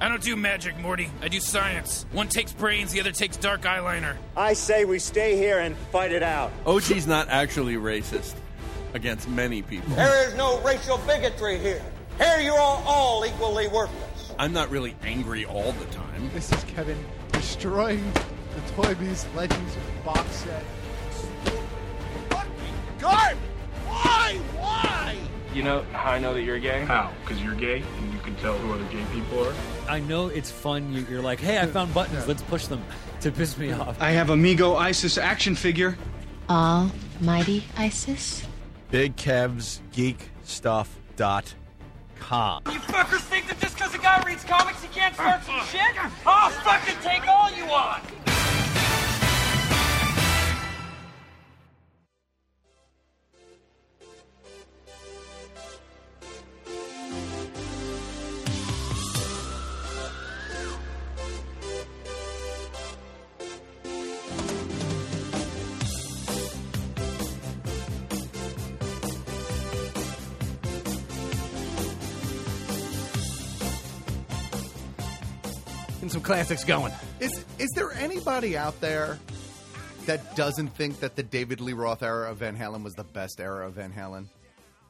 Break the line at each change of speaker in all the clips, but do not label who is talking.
I don't do magic, Morty. I do science. One takes brains, the other takes dark eyeliner.
I say we stay here and fight it out.
OG's not actually racist against many people.
There is no racial bigotry here. Here you are all equally worthless.
I'm not really angry all the time.
This is Kevin destroying the Toy Biz Legends box set.
Fucking garbage! Why? Why?
You know how I know that you're gay?
How? Because you're gay and you can tell who other gay people are?
I know it's fun. You- You're like, hey, I found buttons. Let's push them to piss me off.
I have a Mego ISIS action figure.
Almighty ISIS?
Big Kev's Geek Stuff dot com.
You fuckers think that just because a guy reads comics he can't start some shit? I'll fucking take all you want!
Getting some classics going.
Is is there anybody out there that doesn't think that the David Lee Roth era of Van Halen was the best era of Van Halen?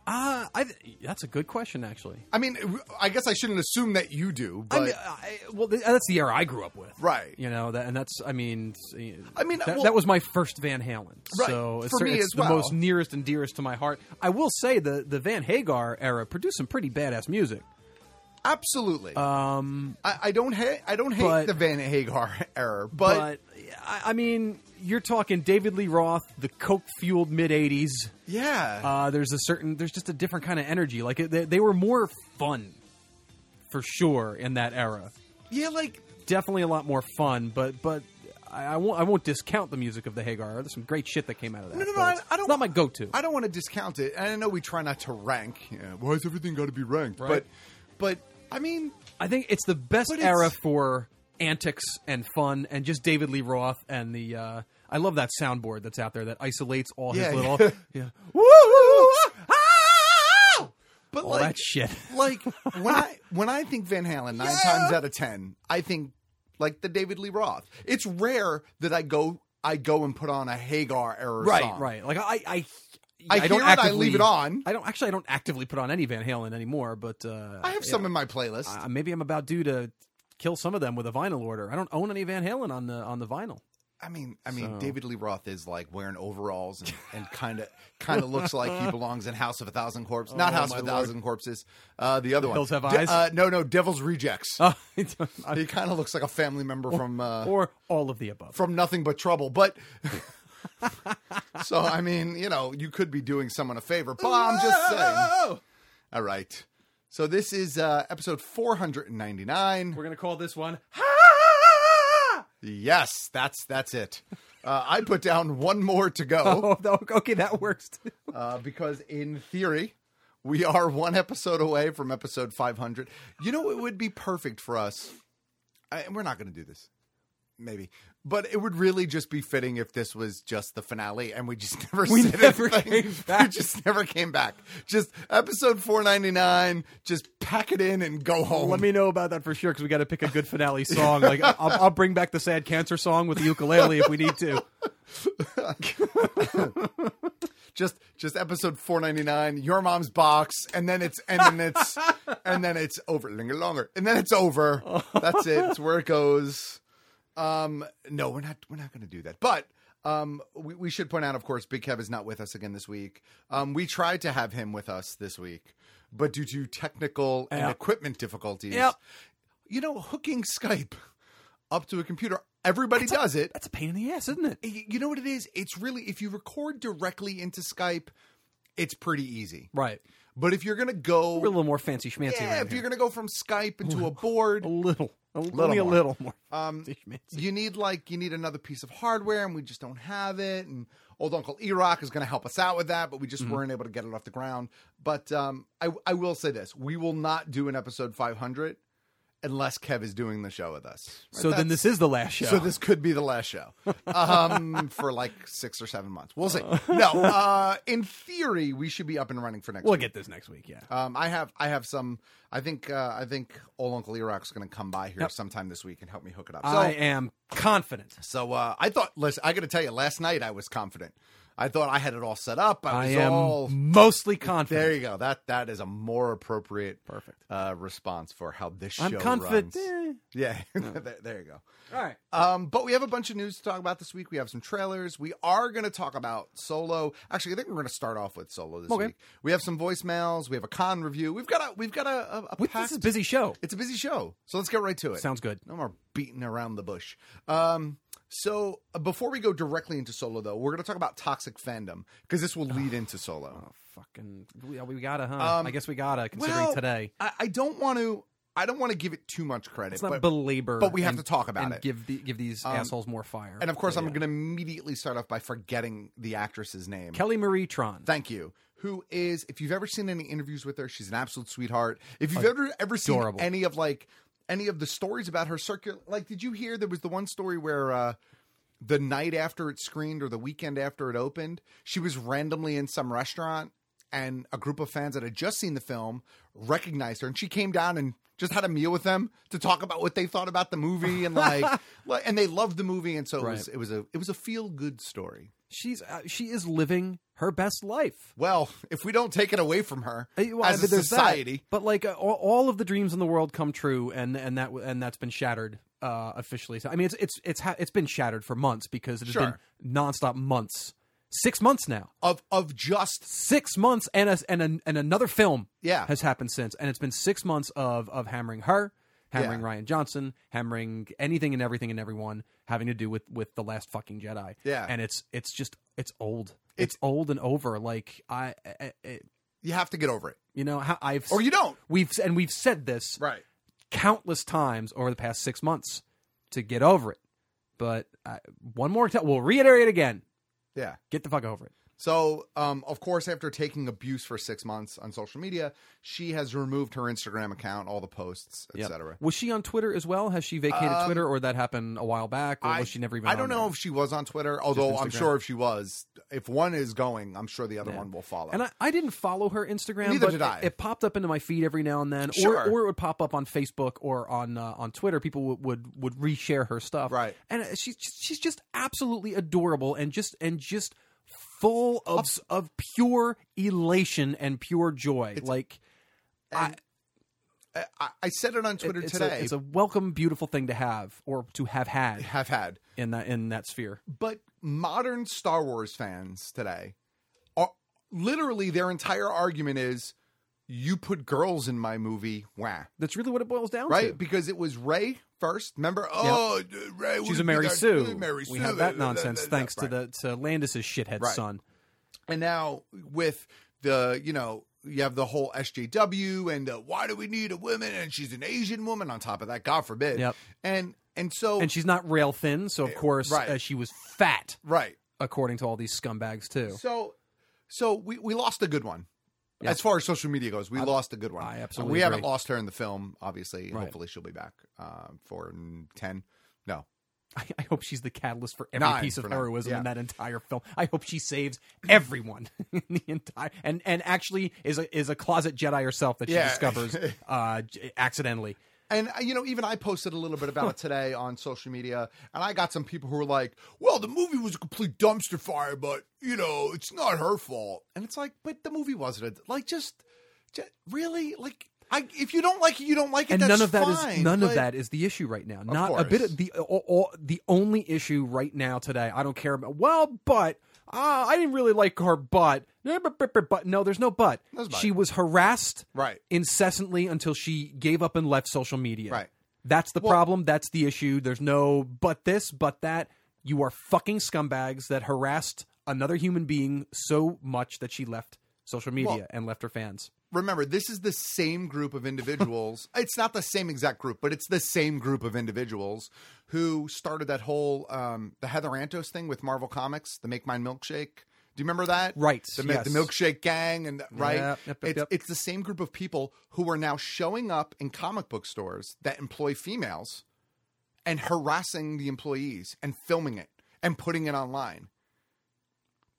Uh, I, that's a good question, actually.
I mean, I guess I shouldn't assume that you do,
I
but
mean, I, well, th- that's the era I grew up with,
Right.
You know, that, and that's I mean, it's-
I mean,
that,
well-
that was my first Van Halen,
Right,
so it's,
for me
it's
as
the
well.
most nearest and dearest to my heart. I will say the the Van Hagar era produced some pretty badass music.
absolutely. Um, I, I don't hate I don't hate
but-
the Van Hagar era,
But, I, I mean, you're talking David Lee Roth, the coke fueled mid '80s.
yeah,
Uh, there's a certain, there's just a different kind of energy. Like it, they, they were more fun, for sure, in that era.
yeah, like
Definitely a lot more fun, but but I, I won't I won't discount the music of the Hagar. There's some great shit that came out of that.
No, no, no,
but
I-
it's-
I don't-
It's not my go-to.
I don't want to discount it, and I know we try not to rank. You know, Why has everything got to be ranked?
Right.
But, but I mean,
I think it's the best
But it's-
era for antics and fun and just David Lee Roth and the. Uh, I love that soundboard that's out there that isolates all
Yeah.
his little yeah,
woo, woo, woo, ah! But
all
like,
that shit.
like when I when I think Van Halen, nine times out of ten, I think like the David Lee Roth. It's rare that I go I go and put on a Hagar era
Right,
song.
right. Like I, I,
I
don't
hear it, I
actively
leave it on.
I don't actually. I don't actively put on any Van Halen anymore, but uh,
I have some in my playlist.
uh, maybe I'm about due to kill some of them with a vinyl order. I don't own any Van Halen on the on the vinyl.
I mean, I mean, David Lee Roth is like wearing overalls and- and kind of kind of looks like he belongs in House of a Thousand Corpses. Not House of a Thousand Corpses. Uh, the other one.
Hills Have
De-
Eyes?
Uh, no, no, Devil's Rejects.
Uh,
he kind of looks like a family member from uh,
or all of the above.
from Nothing But Trouble. But so I mean, you know, you could be doing someone a favor. But I'm just saying. All right. So this is uh, episode 499.
We're gonna call this one.
Yes, that's that's it. Uh, I put down one more to go.
Oh, no, okay, that works. Too.
uh, because in theory, we are one episode away from episode 500. You know, it would be perfect for us. I, we're not going to do this, maybe, but it would really just be fitting if this was just the finale and we just never
We
said
never
anything.
came back.
We just never came back. Just episode 499. Just pack it in and go home.
Oh, Let me know about that for sure because we got to pick a good finale song. Like I'll, I'll bring back the sad cancer song with the ukulele if we need to.
just just episode 499 your mom's box and then it's and then it's and then it's over linger longer and then it's over that's it it's where it goes um no we're not we're not gonna do that but um we, we should point out of course big kev is not with us again this week um we tried to have him with us this week but due to technical and
Yeah.
equipment difficulties
Yep.
you know hooking skype up to a computer everybody does it
That's a pain in the ass, isn't it?
y- you know what it is it's really if you record directly into skype it's pretty easy
Right.
but if you're gonna go
We're a little more fancy schmancy.
yeah
around
if
here.
you're gonna go from skype into a board
a little. only a little more.
Um, you need like you need another piece of hardware, and we just don't have it. And old Uncle Erock is going to help us out with that, but we just
Mhm.
weren't able to get it off the ground. But um, I, I will say this: we will not do an episode 500 unless Kev is doing the show with us.
So then
That's-
this is the last show.
So this could be the last show um, for like six or seven months. We'll see. No, uh, in theory, we should be up and running for next.
We'll
week.
get this next week, yeah.
Um, I have I have some. I think uh, I think old Uncle Erock's going to come by here sometime this week and help me hook it up. So,
I am confident.
So uh, I thought. Listen, I got to tell you, last night I was confident. I thought I had it all set up. I,
I
was
am
all
mostly confident.
There you go. That that is a more appropriate, perfect uh, response for how this show
I'm confident. Eh.
runs. Yeah, there, there you go.
All right.
Um, but we have a bunch of news to talk about this week. We have some trailers. We are going to talk about Solo. Actually, I think we're going to start off with Solo this
Okay.
week. We have some voicemails. We have a con review. We've got a we've got a, a, a
This is a
packed-
busy show.
It's a busy show. So let's get right to it.
Sounds good.
No more beating around the bush. Um, so uh, before we go directly into Solo, though, we're going to talk about toxic fandom because this will lead into Solo.
Fucking, we, we gotta, huh?
Um,
I guess we gotta, considering
well,
today.
I, I don't want to. I don't want to give it too much credit.
Let's not
but,
belabor.
but we have
and-
to talk about
and
it.
Give the, give these
Um,
assholes more fire.
And of course,
So,
I'm
yeah.
going to immediately start off by forgetting the actress's name.
Kelly Marie Tron.
Thank you. Who is, if you've ever seen any interviews with her, she's an absolute sweetheart. If you've ever ever seen
Adorable.
any of like any of the stories about her circular like did you hear there was the one story where uh the night after it screened or the weekend after it opened, she was randomly in some restaurant and a group of fans that had just seen the film recognized her and she came down and just had a meal with them to talk about what they thought about the movie and like, like and they loved the movie and so it was
Right.
it was a it was a feel good story.
She's uh, she is living her best life.
Well, if we don't take it away from her
Uh, well,
as a
but there's that.
society,
But like uh, all, all of the dreams in the world come true, and and that and that's been shattered uh, officially. So, I mean, it's it's it's ha- it's been shattered for months because it has
Sure.
been nonstop months, six months now
of of just
six months, and a, and a, and another film
Yeah.
has happened since, and it's been six months of of hammering her, hammering
Yeah.
Ryan Johnson, hammering anything and everything and everyone having to do with with the last fucking Jedi.
Yeah.
and it's it's just it's old. It's, old and over. Like I, I, I
you have to get over it.
you know how I've
Or you don't.
We've and we've said this
right
countless times over the past six months to get over it. But I, one more time, we'll reiterate again.
Yeah.
Get the fuck over it.
So, um, of course, after taking abuse for six months on social media, she has removed her Instagram account, all the posts,
Yep.
etc.
Was she on Twitter as well? Has she vacated
Um,
Twitter, or that happened a while back, or
I-
was she never even?
I don't
on
know
there?
if she was on Twitter, although I'm
Instagram.
sure if she was, if one is going, I'm sure the other one will follow.
And I, I didn't follow her Instagram.
Neither
but
did I.
It, it popped up into my feed every now and then,
Sure.
or, or it would pop up on Facebook or on uh, on Twitter. People would, would would reshare her stuff, right? And uh, she's just- she's just absolutely adorable and just and just full of of pure elation and pure joy. Like I,
I, I said it on Twitter
it's
today.
A, it's a welcome, beautiful thing to have or to have had,
have had
in that in that sphere.
but modern Star Wars fans today are literally their entire argument is you put girls in my movie. Wah.
That's really what it boils down
right?
to.
Because it was Ray first. Remember? Oh, Ray.
She's a Mary Sue. we have that nonsense thanks to the to Landis's shithead
Right.
son.
And now with the, you know, you have the whole SJW and the, why do we need a woman? And she's an Asian woman on top of that. God forbid.
Yep.
And and so
And she's not rail thin, so of course
eh, right.
uh, she was fat.
Right.
According to all these scumbags too.
So, so we we lost a good one.
Yeah.
As far as social media goes, we lost a good one. I
absolutely
We haven't
agree.
lost her in the film, obviously.
Right.
Hopefully, she'll be back uh, for mm, ten. No,
I, I hope she's the catalyst for every
Nine
piece of
for nine.
heroism
Yeah.
in that entire film. I hope she saves everyone in the entire and and actually is a is a closet Jedi herself that she
Yeah.
discovers uh, j- accidentally.
And uh, you know, even I posted a little bit about it today on social media, and I got some people who were like, "Well, the movie was a complete dumpster fire, but you know, it's not her fault." And it's like, but the movie wasn't. A, like, just, ju- really, like, I if you don't like it, you don't like it.
and
that's
none of that is
fine,
none of
but-
that is the issue right now. Not a
course.
bit of the all, all, the only issue right now today. I don't care about well, but ah, I didn't really like her butt. Eh, But, but, but, but no, there's no but.
There's but.
She was harassed
Right.
incessantly until she gave up and left social media.
Right.
That's the
Well-
problem. That's the issue. There's no but this, but that. You are fucking scumbags that harassed another human being so much that she left social media
Well-
and left her fans.
remember, this is the same group of individuals. it's not the same exact group, but it's the same group of individuals who started that whole um, the Heather Antos thing with Marvel Comics, the Make Mine Milkshake. Do you remember that?
Right,
The, mi-
yes.
the milkshake gang and right.
Yep, yep, yep,
it's,
yep.
it's the same group of people who are now showing up in comic book stores that employ females and harassing the employees and filming it and putting it online.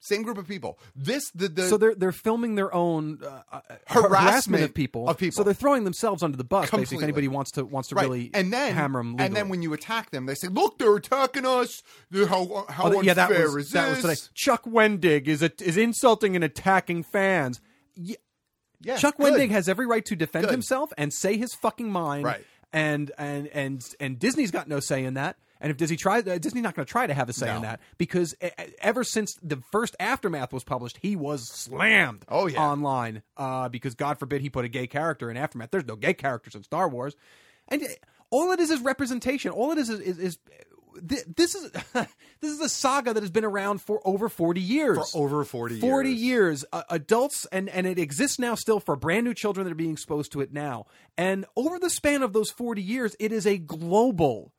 Same group of people. This the, the
so they're they're filming their own uh, uh,
Harassment
of people
of people.
So they're throwing themselves under the bus. Basically, if
Completely.
anybody wants to wants to really
and then
hammer them.
and then when you attack them, they say, "Look, they're attacking us. How how unfair
Oh, yeah, that was
is
that was
this?"
today. Chuck Wendig is a, is insulting and attacking fans. Yeah,
Yeah,
Chuck
good.
Wendig has every right to defend
Good.
himself and say his fucking mind.
Right.
And and and and Disney's got no say in that. And if Disney tries, uh, Disney's not going to try to have a say in
No.
that because e- e- ever since the first aftermath was published, he was slammed. Oh yeah. online uh, because God forbid he put a gay character in aftermath. There's no gay characters in Star Wars, and uh, all it is is representation. All it is is, is, is thi- this is this is a saga that has been around for over 40 years
For over 40
40 years uh, adults and and it exists now still for brand new children that are being exposed to it now and over the span of those 40 years it is a global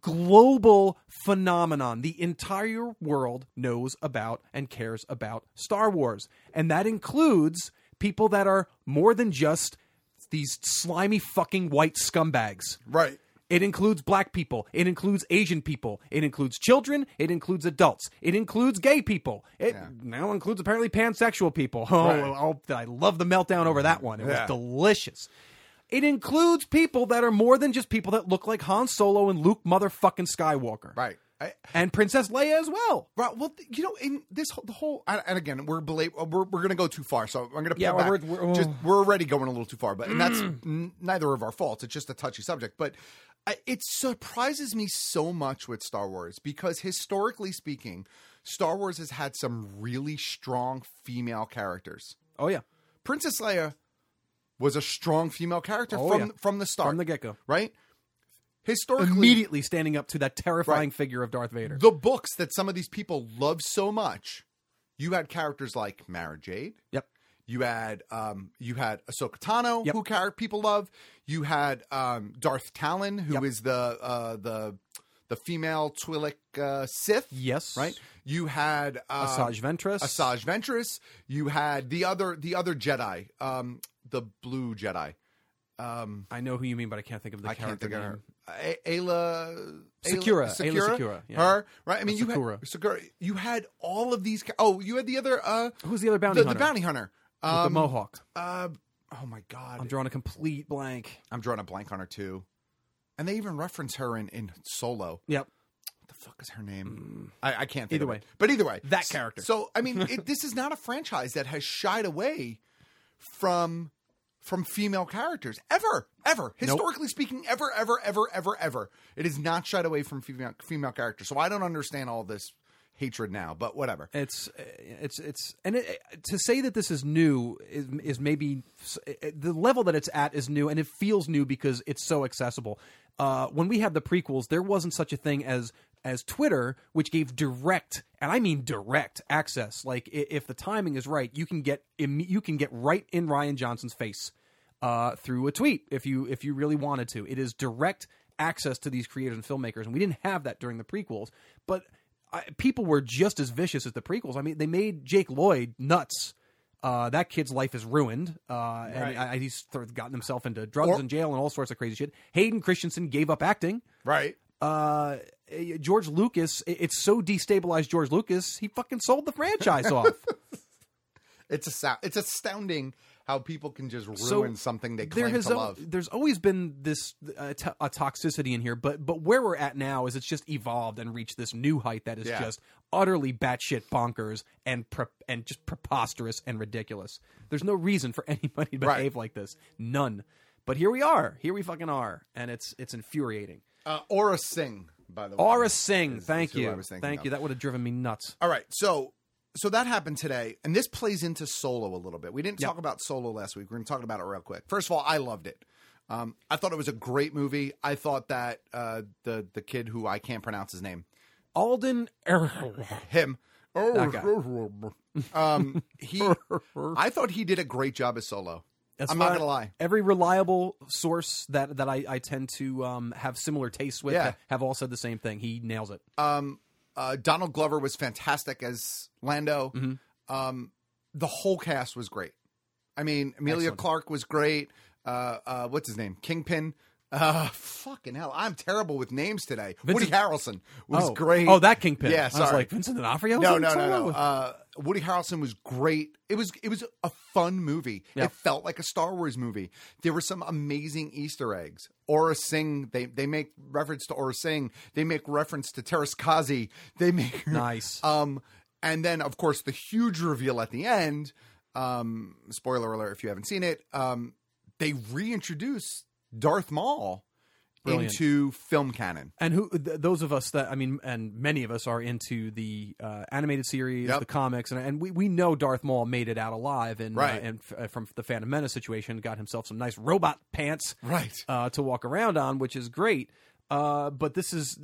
global phenomenon the entire world knows about and cares about Star Wars and that includes people that are more than just these slimy fucking white scumbags
right
it includes black people. It includes Asian people. It includes children. It includes adults. It includes gay people. It now includes apparently pansexual people. Oh,
Right.
oh, I love the meltdown over that one. It
Yeah.
was delicious. It includes people that are more than just people that look like Han Solo and Luke motherfucking Skywalker.
Right.
and Princess Leia as well.
Right. Well, th- you know, in this whole, the whole, and and again, we're bela- uh, we're, we're going to go too far, so I'm going to
Yeah,
pull back.
we're-
We're,
we're- Mm. oh.
just, we're already going a little too far, but and that's n- neither of our faults. It's just a touchy subject, but I, it surprises me so much with Star Wars because historically speaking, Star Wars has had some really strong female characters.
Oh yeah,
Princess Leia was a strong female character
Oh,
from
yeah.
from the start,
From the get-go.
right? Historically,
Immediately standing up to that terrifying
Right.
figure of Darth Vader.
the books that some of these people love so much, you had characters like Mara Jade.
Yep.
You had um, you had Ahsoka Tano, who char- people love. You had um, Darth Talon, who is the uh, the the female Twi'lek uh, Sith.
Yes.
Right. You had um,
Asajj Ventress.
Asajj Ventress. You had the other the other Jedi, um, the blue Jedi. Um,
I know who you mean, but I can't think of the
I can't
character
think of her.
name.
A- Ayla
Sakura, Ayla
Ayla Sakura,
Sakura, yeah.
her right. I
Or
mean, you
Sakura.
had Sakura. You had all of these. ca- Oh, you had the other. uh
Who's the other bounty
The,
hunter?
bounty hunter
With the mohawk.
Uh, oh my god,
I'm drawing a complete blank.
I'm drawing a blank on her too. And they even reference her in in Solo.
Yep.
What the fuck is her name? I, I can't. Think
Mm. Either
of
way.
it. but either way,
That
s-
character.
So I mean, it, this is not a franchise that has shied away from from female characters ever, ever. Historically speaking, ever, ever, ever, ever, ever. It is not shied away from female female characters. So I don't understand all this hatred now. But whatever.
It's it's it's and it, to say that this is new is, is maybe the level that it's at is new and it feels new because it's so accessible. Uh, when we had the prequels, there wasn't such a thing as as Twitter, which gave direct and I mean direct access. Like i- if the timing is right, you can get im- you can get right in Ryan Johnson's face uh, through a tweet if you if you really wanted to. It is direct access to these creators and filmmakers, and we didn't have that during the prequels. But I, people were just as vicious as the prequels. I mean, they made Jake Lloyd nuts. Uh, that kid's life is ruined, uh, and I, I, he's th- gotten himself into drugs
Or-
and jail and all sorts of crazy shit. Hayden Christensen gave up acting.
Right.
Uh, eh, George Lucas, it- it's so destabilized George Lucas, he fucking sold the franchise off.
It's a it's astounding how people can just ruin
So,
something they
there
claim
has
to
al-
love.
there's always been this uh, to- a toxicity in here, but but where we're at now is it's just evolved and reached this new height that is
Yeah.
just utterly batshit bonkers and pre- and just preposterous and ridiculous. There's no reason for anybody to
Right.
behave like this, none. But here we are, here we fucking are, and it's it's infuriating.
Uh, Aura Singh, by the way.
Aura Singh,
is-
thank
is who
you,
I was thinking
thank
of.
you. That would have driven me nuts.
All right, so so that happened today, and this plays into Solo a little bit. We didn't
Yep.
talk about Solo last week. We're going to talk about it real quick. First of all, I loved it. Um, I thought it was a great movie. I thought that uh, the the kid who I can't pronounce his name,
Alden,
him. Oh,
That
um, he, I thought he did a great job as Solo.
As
I'm not
far-
gonna lie.
Every reliable source that that I, I tend to um, have similar tastes with
Yeah.
ha- have all said the same thing. He nails it.
Um, uh, Donald Glover was fantastic as Lando.
Mm-hmm.
Um, the whole cast was great. I mean, Amelia
Excellent.
Clark was great. Uh, uh, what's his name? Kingpin. Uh, fucking hell, I'm terrible with names today. Woody Harrelson was
Oh.
great.
Oh, that Kingpin. I
Yeah,
was
sorry.
like, Vincent D'Onofrio?
No, no,
What's
no,
going
no.
on with-
Uh, Woody Harrelson was great. It was it was a fun movie.
Yeah.
It felt like a Star Wars movie. There were some amazing Easter eggs. Aura Singh, they they make reference to Aura Singh. They make reference to Terrace Kazi. They make
nice.
Um, and then of course the huge reveal at the end. Um, spoiler alert if you haven't seen it. Um, they reintroduce Darth Maul
Brilliant.
into film canon.
And who th- those of us that I mean, and many of us are into the uh, animated series,
Yep.
the comics, and and we, we know Darth Maul made it out alive, and
Right.
uh, and f- uh, from the Phantom Menace situation, got himself some nice robot pants,
Right.
uh, to walk around on, which is great. Uh, but this is,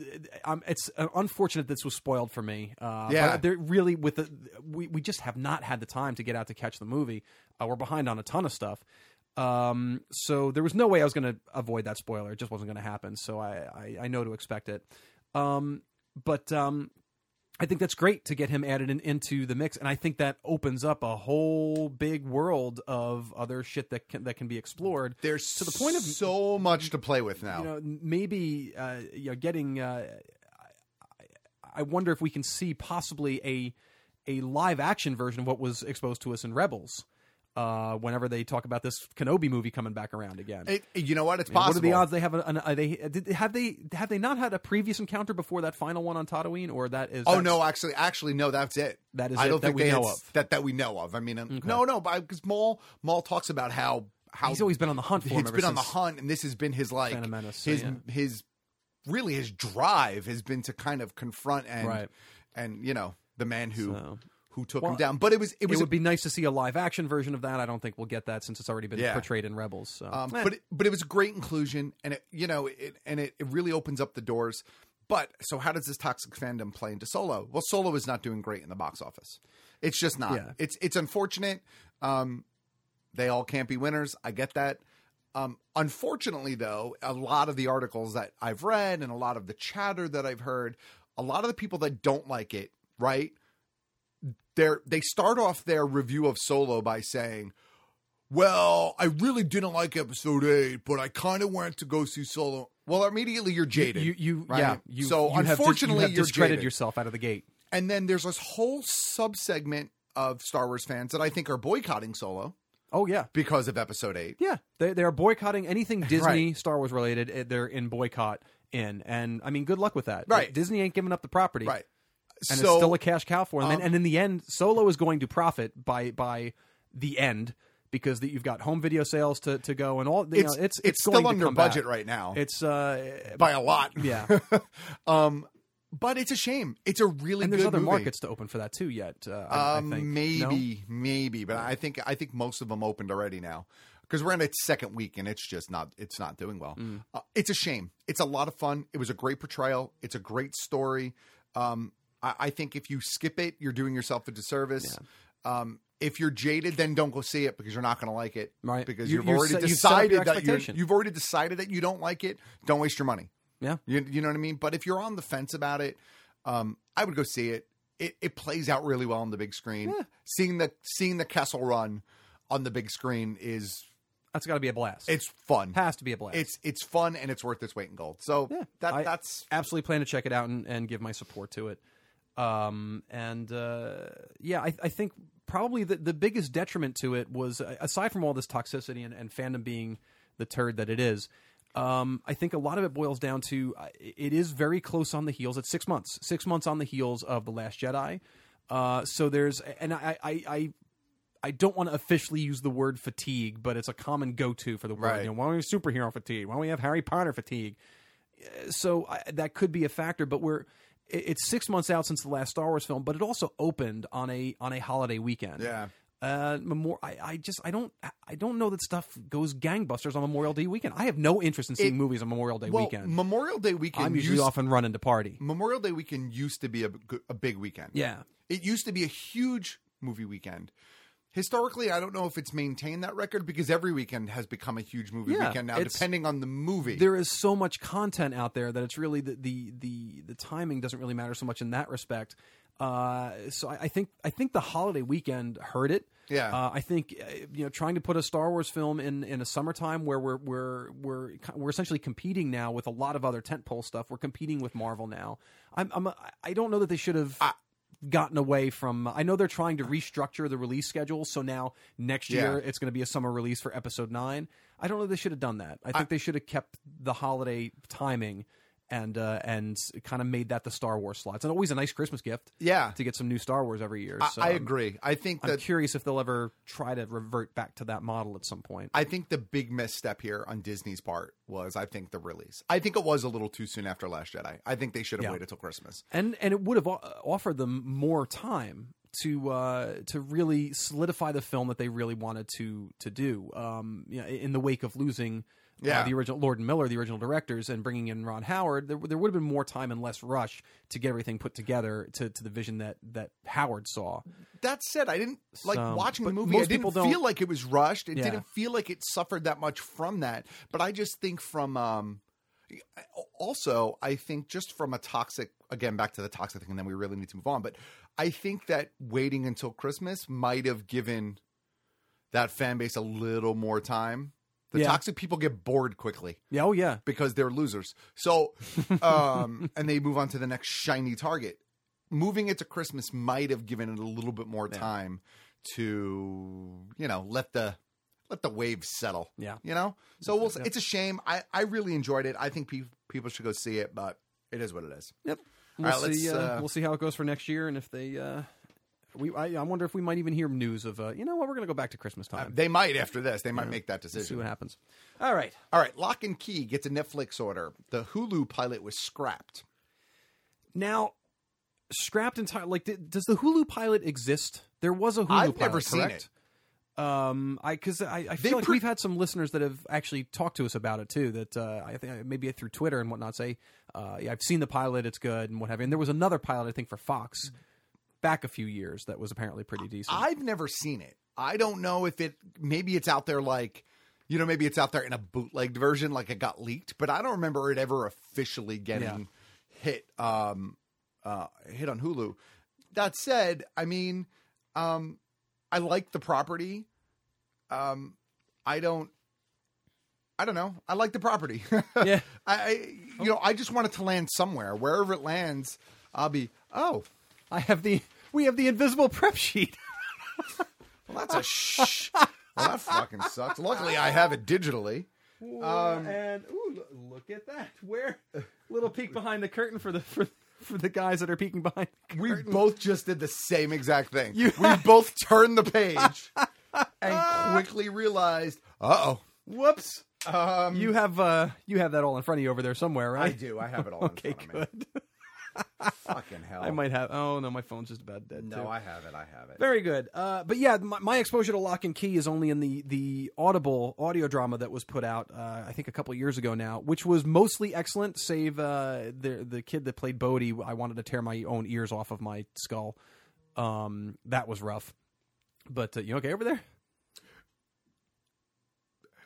um, it's uh, unfortunate this was spoiled for me. Uh,
Yeah.
but there really with the, we we just have not had the time to get out to catch the movie. Uh, we're behind on a ton of stuff. Um, so there was no way I was going to avoid that spoiler. It just wasn't going to happen. So I, I I know to expect it. Um, but um, I think that's great to get him added in, into the mix, and I think that opens up a whole big world of other shit that can, that can be explored.
There's
to the point of
so much to play with now.
you know n- maybe uh, you know getting. Uh, I- I wonder if we can see possibly a a live action version of what was exposed to us in Rebels. Uh, whenever they talk about this Kenobi movie coming back around again,
It- you know what? It's
I mean,
possible.
What are the odds they have an, an- uh, they did, have they have they not had a previous encounter before that final one on Tatooine or that is
Oh
that's-
no, actually, actually no, that's it.
That is
I
it
don't
that
think
we
they
know
had-
of.
that that we know of. I mean, no, no, because Maul Maul talks about how how
He's always been on the hunt for him
He's
ever
been on the
since
hunt, and this has been his like
Phantom Menace, so
his
yeah.
his really his drive has been to kind of confront and
Right.
and you know the man who
So-
who took
Well,
him down. But it was it was
would be nice to see a live action version of that. I don't think we'll get that since it's already been
Yeah.
portrayed in Rebels. So.
Um,
Eh.
But it, but it was a great inclusion, and it you know it and it, it really opens up the doors. But so how does this toxic fandom play into Solo? Well, Solo is not doing great in the box office. It's just not.
Yeah.
It's it's unfortunate. Um, they all can't be winners. I get that. Um, unfortunately, though, a lot of the articles that I've read and a lot of the chatter that I've heard, a lot of the people that don't like it, right? They're, they start off their review of Solo by saying, well, I really didn't like episode eight, but I kind of went to go see Solo. Well, immediately you're jaded.
you, you
right?
yeah. You,
so
you have dis-
unfortunately,
you have
you're
discredited
jaded.
yourself out of the gate.
And then there's this whole subsegment of Star Wars fans that I think are boycotting Solo
Oh yeah,
because of episode eight.
yeah. They they are boycotting anything Disney
Right.
Star Wars related. eh, They're in boycott in, and I mean, good luck with that.
Right.
Disney ain't giving up the property.
Right.
and
so
it's still a cash cow for them.
um,
and, and in the end, Solo is going to profit by by the end because that you've got home video sales to, to go and all. You
It's-
know, it's,
it's
going
still
to
under
come back.
budget right now.
It's uh,
by a lot.
yeah,
um, but it's a shame. It's a really
and there's
good
other
movie.
markets to open for that too yet. Uh, I, I
Um,
think. No?
maybe, maybe, but I think I think most of them opened already now because we're in its second week and it's just not it's not doing well.
Mm.
Uh, it's a shame. It's a lot of fun. It was a great portrayal. It's a great story. Um, I, I think if you skip it, you're doing yourself a disservice. Um, if you're jaded, then don't go see it because you're not going to like it.
Right.
Because
You-
you, have
you've
already
set- you've set up
decided
your
that you're,
expectation.
you've already decided that you don't like it. Don't waste your money.
Yeah.
You, you know what I mean? But if you're on the fence about it, um, I would go see it. It, it plays out really well on the big screen. Seeing the seeing the castle run on the big screen is
That's got to be a blast.
it's fun.
has to be a blast.
It's it's fun and it's worth its weight in gold. So that
I
that's
absolutely plan to check it out and, and give my support to it. Um, and uh, yeah, I, I think probably the, the biggest detriment to it was, uh, aside from all this toxicity and, and fandom being the turd that it is, um, I think a lot of it boils down to uh, it is very close on the heels. It's six months, six months on the heels of The Last Jedi. Uh, so there's, and I, I, I I don't want to officially use the word fatigue, but it's a common go-to for the word.
Right.
You know, why don't we have superhero fatigue? Why don't we have Harry Potter fatigue? Uh, So I, that could be a factor, but we're it- it's six months out since the last Star Wars film, but it also opened on a on a holiday weekend.
Yeah.
Uh, Memor- I, I just I don't I don't know that stuff goes gangbusters on Memorial Day weekend. I have no interest in seeing
It-
movies on Memorial Day
well,
weekend.
Memorial Day weekend.
I'm usually
used-
off and running to party.
Memorial Day weekend used to be a, a big weekend.
Yeah.
It used to be a huge movie weekend. Historically, I don't know if it's maintained that record because every weekend has become a huge movie
Yeah,
weekend now,
it's-
depending on the movie.
There is so much content out there that it's really the the the, the timing doesn't really matter so much in that respect. Uh, so I, I think I think the holiday weekend hurt it.
Yeah.
uh, I think uh, you know trying to put a Star Wars film in in a summertime where we're we're we're ki- we're essentially competing now with a lot of other tentpole stuff. We're competing with Marvel now. I'm, I'm I don't know that they should have. Gotten away from. uh, I know they're trying to restructure the release schedule, so now next
Yeah.
year it's going to be a summer release for Episode Nine. I don't know they should have done that. I think they should have kept the holiday timing and uh, and kind of made that the Star Wars slot. It's always a nice Christmas gift,
yeah,
to get some new Star Wars every year.
I-
So
I
I'm-
agree. I think
I'm
that-
curious if they'll ever try to revert back to that model at some point.
I think the big misstep here on Disney's part was, I think, the release. I think it was a little too soon after Last Jedi. I think they should have
Yeah.
waited till Christmas.
and and it would have o- offered them more time to uh, to really solidify the film that they really wanted to to do. Um, you know, in the wake of losing. uh,
Yeah.
the original Lord and Miller, the original directors, and bringing in Ron Howard, there, there would have been more time and less rush to get everything put together to, to the vision that that Howard saw.
That said, I didn't like
So,
watching the
but
movie.
most
I didn't
people don't-
feel like it was rushed. It
Yeah.
didn't feel like it suffered that much from that. But I just think from um also, I think just from a toxic again back to the toxic thing, and then we really need to move on. But I think that waiting until Christmas might have given that fan base a little more time. The
Yeah.
toxic people get bored quickly.
Yeah, oh yeah.
Because they're losers. So um and they move on to the next shiny target. Moving it to Christmas might have given it a little bit more time to, you know, let the let the waves settle.
Yeah.
You know? So we'll
Yep.
it's a shame. I I really enjoyed it. I think pe- people should go see it, but it is what it is.
Yep.
All
We'll
right, let's,
see. Uh,
uh,
we'll see how it goes for next year, and if they. Uh, we, I, I wonder if we might even hear news of uh, you know what we're going to go back to Christmas time.
They might after this. They might make that
We'll see
decision.
what happens. All right.
All right. Lock and Key gets a Netflix order. The Hulu pilot was scrapped.
Now, scrapped entirely. Like, did, does the Hulu pilot exist? There was a Hulu
I've
pilot.
never seen
correct? Um, I because I, I feel like we've had some listeners that have actually talked to us about it too. That uh, I think I- maybe through Twitter and whatnot say, uh, yeah, I've seen the pilot, it's good and what have you. And there was another pilot I think for Fox back a few years that was apparently pretty decent.
I've never seen it. I don't know if it maybe it's out there like you know maybe it's out there in a bootlegged version like it got leaked, but I don't remember it ever officially getting hit um uh hit on Hulu. That said, I mean um I like the property. Um I don't I don't know. I like the property.
yeah.
I, I you know, I just want it to land somewhere. Wherever it lands, I'll be, "Oh,
I have the we have the invisible prep sheet."
Well, that's a shh. well, that fucking sucks. Luckily, I have it digitally. Um,
and ooh, look at that! Where little peek behind the curtain for the for, for the guys that are peeking behind.
We both just did the same exact thing. we both turned the page and quickly realized, uh oh.
Whoops. Um, you have uh, you have that all in front of you over there somewhere, right?
I do. I have it all in
okay,
front of
good.
Fucking hell.
I might have. Oh no, my phone's just about dead.
No,
too.
I have it. I have it.
Very good. Uh, but yeah, my, my exposure to Lock and Key is only in the the Audible audio drama that was put out, uh, I think, a couple years ago now, which was mostly excellent, save uh, the the kid that played Bodhi. I wanted to tear my own ears off of my skull. Um, that was rough. But uh, you okay over there?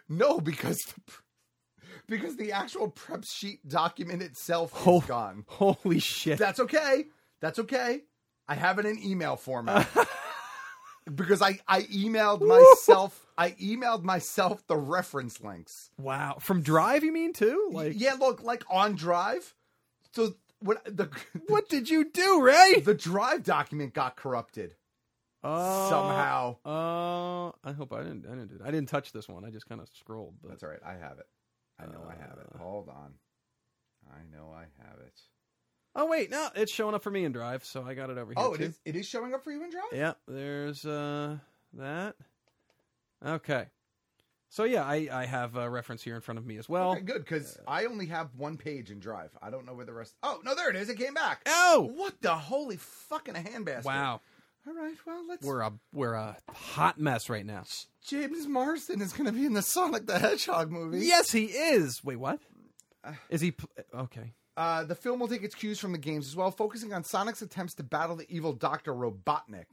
No, because the, pr- because the actual prep sheet document itself is gone.
Holy shit.
That's okay. That's okay. I have it in email format. because I, I emailed myself I emailed myself the reference links.
Wow. From Drive, you mean too? Like
Yeah, look, like on Drive. So what the
What did you do, Ray?
The Drive document got corrupted.
Oh,
Somehow.
Oh, I hope I didn't. I didn't. Do that. I didn't touch this one. I just kind of scrolled. But
That's all right. I have it. I know I have it.
Uh.
Hold on. I know I have it.
Oh wait, no, it's showing up for me in Drive, so I got it over here.
Oh, it
too.
is it is showing up for you in Drive?
Yeah, there's uh that. Okay. So yeah, I I have a reference here in front of me as well.
Okay, good because I only have one page in Drive. I don't know where the rest. Oh no, there it is. It came back.
Oh,
what the holy fucking handbasket!
Wow.
All right, well let's.
We're a we're a hot mess right now.
James Marsden is going to be in the Sonic the Hedgehog movie.
Yes, he is. Wait, what? Is he pl- okay?
Uh, the film will take its cues from the games as well, focusing on Sonic's attempts to battle the evil Doctor Robotnik.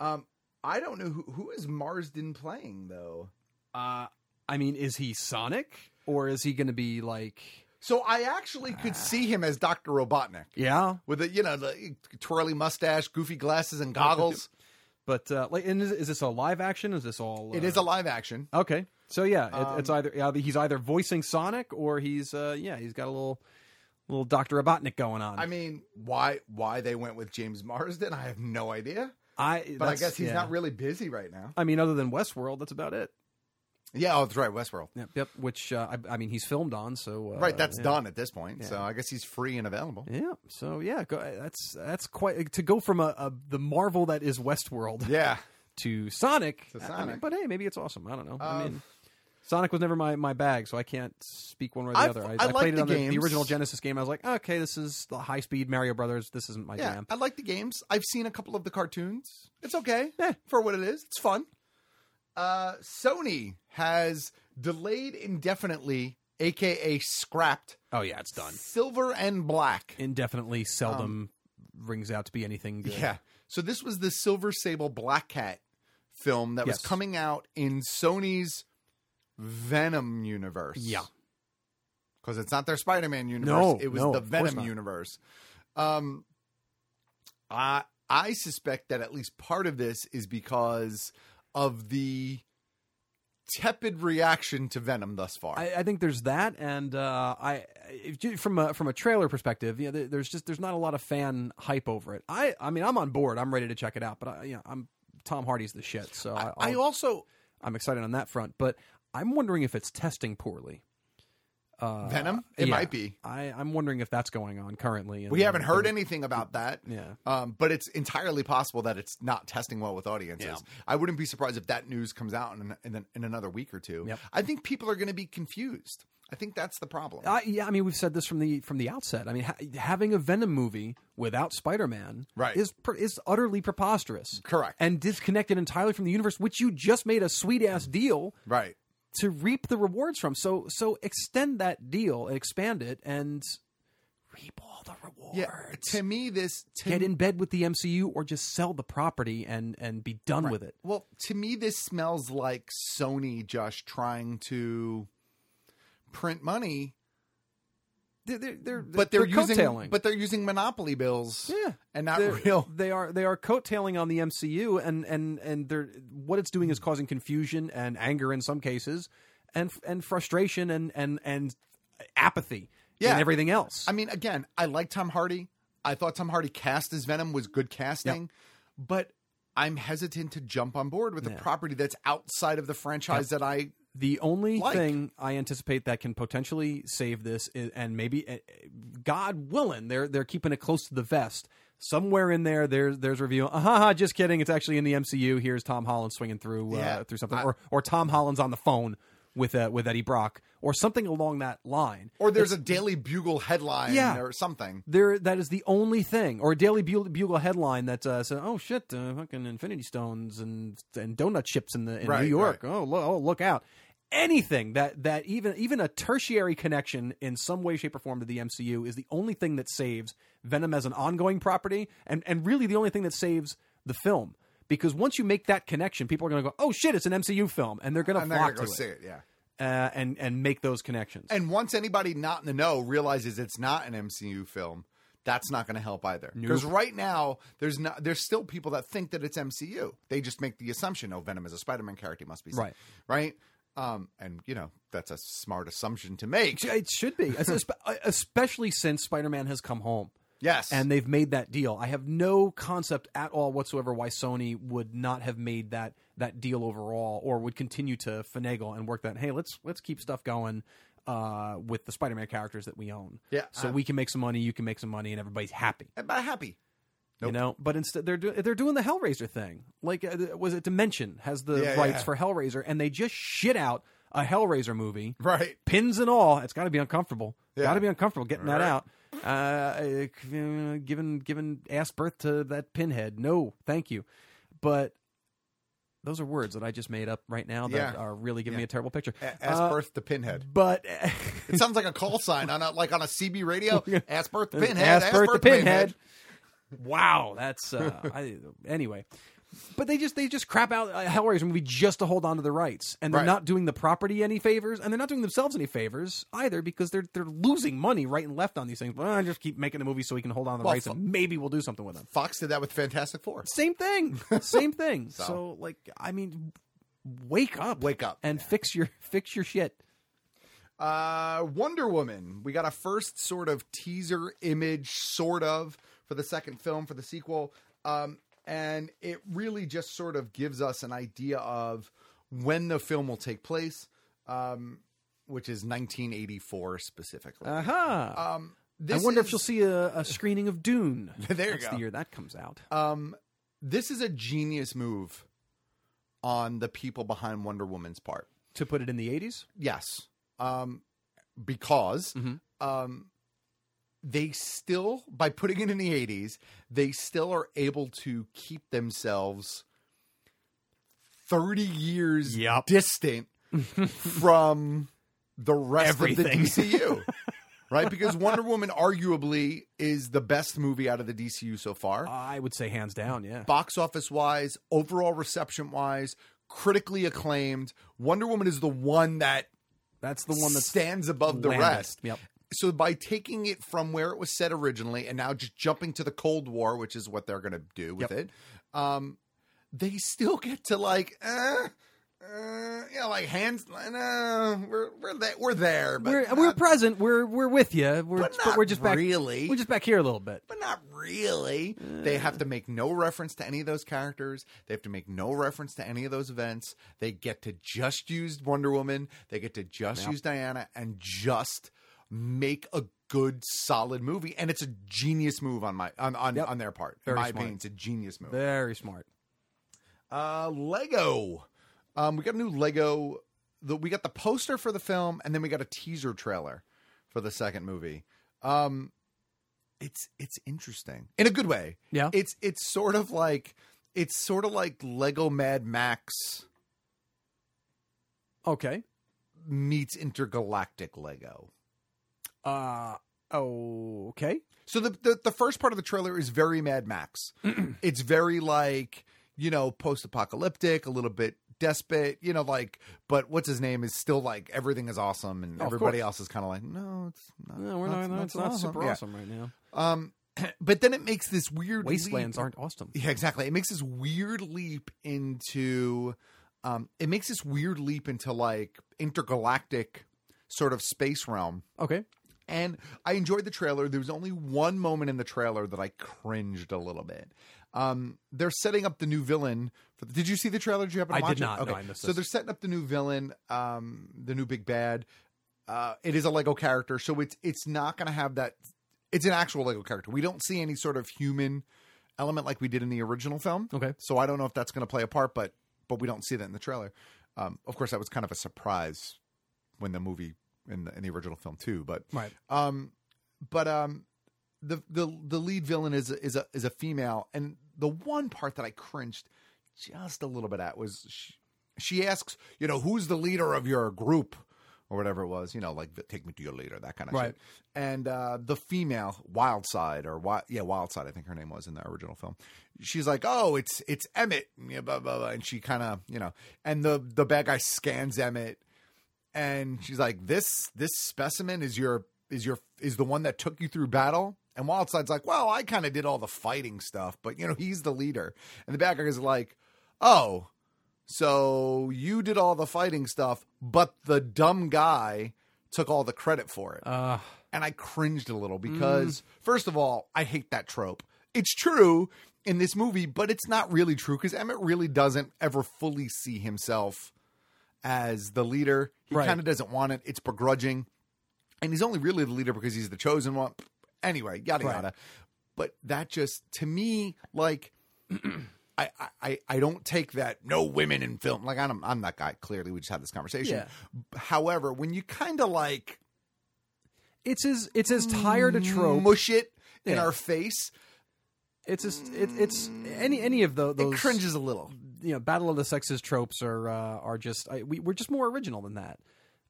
Um, I don't know who who is Marsden playing though.
Uh, I mean, is he Sonic or is he going to be like?
So I actually could
Ah.
see him as Doctor Robotnik.
Yeah,
with the you know the twirly mustache, goofy glasses, and goggles.
But uh, like, and is, is this a live action? Is this all? Uh...
It is a live action.
Okay, so yeah, it, it's
Um,
either yeah, he's either voicing Sonic or he's uh, yeah he's got a little little Doctor Robotnik going on.
I mean, why why they went with James Marsden? I have no idea.
I
but I
that's-
guess he's
yeah.
not really busy right now.
I mean, other than Westworld, that's about it.
Yeah, oh, that's right, Westworld.
Yep, yep. Which uh, I, I mean, he's filmed on, so uh,
right, that's
yeah.
done at this point.
Yeah.
So I guess he's free and available.
Yeah. So yeah, go, that's that's quite to go from a, a the Marvel that is Westworld.
Yeah.
To Sonic.
To
I mean,
Sonic.
but hey, maybe it's awesome. I don't know. I
Um,
mean, Sonic was never my, my bag, so I can't speak one way or the
I've-
other. I,
I
I
like
played it
the
on the, the
games.
original Genesis game. I was like, okay, this is the high speed Mario Brothers. This isn't my
yeah,
jam.
I like the games. I've seen a couple of the cartoons. It's okay for what it is. It's fun. Uh, Sony has delayed indefinitely, aka scrapped.
Oh yeah, it's done.
Silver and black.
Indefinitely, seldom rings out to be anything. Good.
Um, Yeah. So this was the Silver Sable Black Cat film that was
Yes.
coming out in Sony's Venom universe.
Yeah.
Because it's not their Spider Man universe.
No,
it was
no,
the
of course
Venom
not.
universe. Um I I suspect that at least part of this is because of the tepid reaction to Venom thus far.
I, I think there's that, and uh, I if you- from a from a trailer perspective, you know, there, there's just there's not a lot of fan hype over it. I I mean, I'm on board. I'm ready to check it out, but I, you know, I'm Tom Hardy's the shit, so I,
I
I'll-
also
I'm excited on that front. But I'm wondering if it's testing poorly. Uh,
Venom? It
yeah.
might be.
I, I'm wondering if that's going on currently. and-
We haven't heard
and-
anything about that.
Yeah.
Um, but it's entirely possible that it's not testing well with audiences.
Yeah.
I wouldn't be surprised if that news comes out in in, in another week or two.
Yep.
I think people are going to be confused. I think that's the problem.
I, yeah, I mean, we've said this from the from the outset. I mean, ha- having a Venom movie without Spider Man
Right.
is pr- is utterly preposterous.
Correct.
and disconnected entirely from the universe, which you just made a sweet ass deal
right.
to reap the rewards from. So so extend that deal, expand it, and reap all the rewards.
Yeah. To me, this to
Get in bed with the MCU, or just sell the property and and be done
Right.
with it.
Well, to me, this smells like Sony just trying to print money,
They're they're, they're
but they're, using
coattailing.
but they're using monopoly bills.
Yeah,
and not
They're-
real.
They are they are coattailing on the MCU, and and and they're what it's doing is causing confusion and anger in some cases, and and frustration and and and apathy.
Yeah.
and everything else.
I mean, again, I like Tom Hardy. I thought Tom Hardy cast as Venom was good casting, but I'm hesitant to jump on board with a property that's outside of the franchise that I.
the only
like.
thing I anticipate that can potentially save this, is, and maybe uh, God willing, they're they're keeping it close to the vest. Somewhere in there, there's there's review. Ah, ha, ha, just kidding. It's actually in the MCU. Here's Tom Holland swinging through uh,
Yeah,
through something,
I-
or or Tom Holland's on the phone with uh, with Eddie Brock, or something along that line.
Or there's
It's-
a Daily Bugle headline
Yeah.
or something.
there that is the only thing or a daily bugle, bugle headline that uh, said oh shit uh, fucking infinity stones and and donut chips in the in
Right,
new york oh, lo- oh look out anything that that even even a tertiary connection in some way shape or form to the mcu is the only thing that saves venom as an ongoing property and and really the only thing that saves the film because once you make that connection people are going to go oh shit it's an mcu film and they're going to
I'm not
flock
going to go
to
see
it
it. Yeah.
uh, and and make those connections
And once anybody not in the know realizes it's not an MCU film, that's not going to help either. Because right now, there's not there's still people that think that it's MCU. They just make the assumption, oh, Venom is a Spider-Man character, he must be
Right.
right. Um, and you know that's a smart assumption to make.
It should be, Es- espe- uh, especially since Spider Man has come home.
Yes.
And they've made that deal. I have no concept at all whatsoever why Sony would not have made that that deal overall, or would continue to finagle and work that. Hey, let's let's keep stuff going uh, with the Spider Man characters that we own.
Yeah,
so
I'm-
we can make some money, you can make some money, and everybody's happy.
I'm not happy.
You know, but instead they're doing they're doing the Hellraiser thing. Like, uh, th- was it Dimension has the
Yeah,
rights
yeah.
for Hellraiser, and they just shit out a Hellraiser movie,
Right.
Pins and all. It's got to be uncomfortable.
Yeah.
Got to be uncomfortable getting that
Right.
out. Uh, uh, giving giving ass birth to that pinhead. No, thank you. But those are words that I just made up right now that
Yeah.
are really giving me a terrible picture.
Ass
Uh,
birth to Pinhead.
but
It sounds like a call sign on a, like on a CB radio. Ass birth to Pinhead.
Ass birth to Pinhead. wow, that's uh, I, anyway. But they just they just crap out a Hellraiser movie just to hold on to the rights, and they're
Right.
not doing the property any favors, and they're not doing themselves any favors either because they're they're losing money right and left on these things. Well, I just keep making the movie so we can hold on to the
Well,
rights,
fu-
and maybe we'll do something with them.
Fox did that with Fantastic Four.
Same thing, same thing. so.
So.
like, I mean, wake up, wake up, and fix your fix your shit.
Uh, Wonder Woman. We got a first sort of teaser image, sort of, for the second film, for the sequel. Um, and it really just sort of gives us an idea of when the film will take place, um, which is 1984 specifically.
Uh huh.
Um,
I
this
wonder if
is-
you'll see a, a screening of Dune.
There you
That's
go.
the year that comes out.
Um, this is a genius move on the people behind Wonder Woman's part.
To put it in the 80s?
Yes. Um, because um, they still, by putting it in the 80s, they still are able to keep themselves 30 years distant from the rest
Everything.
of the DCU. right? Because Wonder Woman arguably is the best movie out of the DCU so far
I would say hands down, yeah.
box office wise, overall reception wise, critically acclaimed. Wonder Woman is the one that
that's the one that
stands above the
Landed.
rest.
Yep.
So by taking it from where it was set originally and now just jumping to the Cold War, which is what they're going to do with it, um, they still get to like, uh, uh, you know, like hands. Uh, we're we're there, we're there, but
we're we're present. We're we're with you. We're but,
not
we're just back.
really.
We're just back here a little bit.
But not really. They have to make no reference to any of those characters. They have to make no reference to any of those events. They get to just use Wonder Woman. They get to just
Yeah.
use Diana and just make a good solid movie. And it's a genius move on my on on, on their part.
Very
in my
smart.
opinion, it's a genius move.
Very smart.
Uh, Lego. Um, we got a new Lego. The, we got the poster for the film, and then we got a teaser trailer for the second movie. Um, it's it's interesting in a good way.
Yeah.
it's it's sort of like it's sort of like Lego Mad Max
Okay.
meets intergalactic Lego.
Uh okay.
So the, the the first part of the trailer is very Mad Max. it's very like you know post apocalyptic, a little bit despot, you know, like. But what's his name is still like everything is awesome, and
Oh, of
everybody
course.
else is kind of like no, it's not.
No, Uh, we're not.
not,
no, it's not super
Yeah.
awesome right now.
Um, but then it makes this weird
Wastelands
leap-
aren't awesome.
Yeah, exactly. It makes this weird leap into, um, it makes this weird leap into like intergalactic sort of space realm.
Okay.
And I enjoyed the trailer. There was only one moment in the trailer that I cringed a little bit. Um, they're setting up the new villain. For the, did you see the trailer? Did you happen to
I did
watch
not.
It?
No,
Okay.
I missed
so
this.
they're setting up the new villain, um, the new big bad. Uh, it is a Lego character, so it's it's not going to have that. It's an actual Lego character. We don't see any sort of human element like we did in the original film.
Okay.
So I don't know if that's going to play a part, but but we don't see that in the trailer. Um, of course, that was kind of a surprise when the movie in the in the original film too. But
Right.
um, but um, the the the lead villain is a- is a is a female, and the one part that I cringed just a little bit at was she, she asks, you know, who's the leader of your group or whatever it was, you know, like take me to your leader, that kind of
Right.
shit. And uh, the female Wildside or Wi- yeah, Wildside, I think her name was in the original film. She's like, oh, it's it's Emmett, yeah, blah blah, blah. and she kind of you know, and the the bad guy scans Emmett and she's like this this specimen is your is your is the one that took you through battle and wildside's like well i kind of did all the fighting stuff but you know he's the leader and the bad guy is like oh so you did all the fighting stuff but the dumb guy took all the credit for it
Uh
and i cringed a little
Mm.
because first of all i hate that trope it's true in this movie but it's not really true because emmett really doesn't ever fully see himself as the leader. He
Right.
kind of doesn't want it. It's begrudging. And he's only really the leader because he's the chosen one. Anyway, yada
Right.
yada. But that just to me, like I, I- I I don't take that no women in film. Like I'm I'm that guy. Clearly, we just had this conversation.
Yeah.
However, when you kind of like
it's as it's as tired
Mm.
a trope.
mush it in
Yeah.
our face,
It's just it, it's any any of the those
it cringes a little.
you know battle of the sexes tropes are uh, are just I, we, we're just more original than that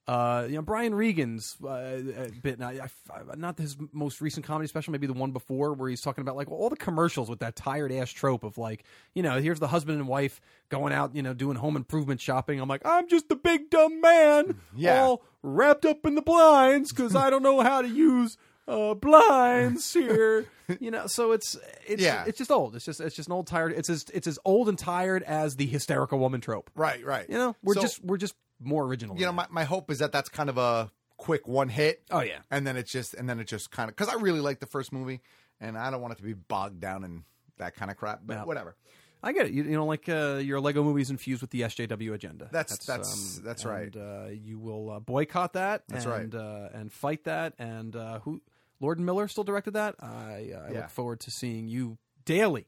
Uh, you know Brian Regan's uh, uh, bit, now, I, I, not his most recent comedy special, maybe the one before, where he's talking about like all the commercials with that tired ass trope of like, you know, here's the husband and wife going out, you know, doing home improvement shopping. I'm like, I'm just a big dumb man,
Yeah.
all wrapped up in the blinds because I don't know how to use uh, blinds here. you know, so it's it's
Yeah.
it's just old. It's just it's just an old tired. It's as it's as old and tired as the hysterical woman trope.
Right, right.
You know, we're
So-
just we're just more original.
you know, my, my hope is that that's kind of a quick one hit.
Oh, yeah.
and then it's just and then it just kind of because I really like the first movie, and I don't want it to be bogged down in that kind of crap. But
Yeah.
whatever.
I get it. You, you know, like uh, your Lego movies infused with the SJW agenda. um,
That's- that's- that's right.
And, uh, you will uh, boycott that.
That's right.
and, Uh, and fight that. And uh, who? Lord and Miller still directed that. I, I
Yeah.
look forward to seeing you daily,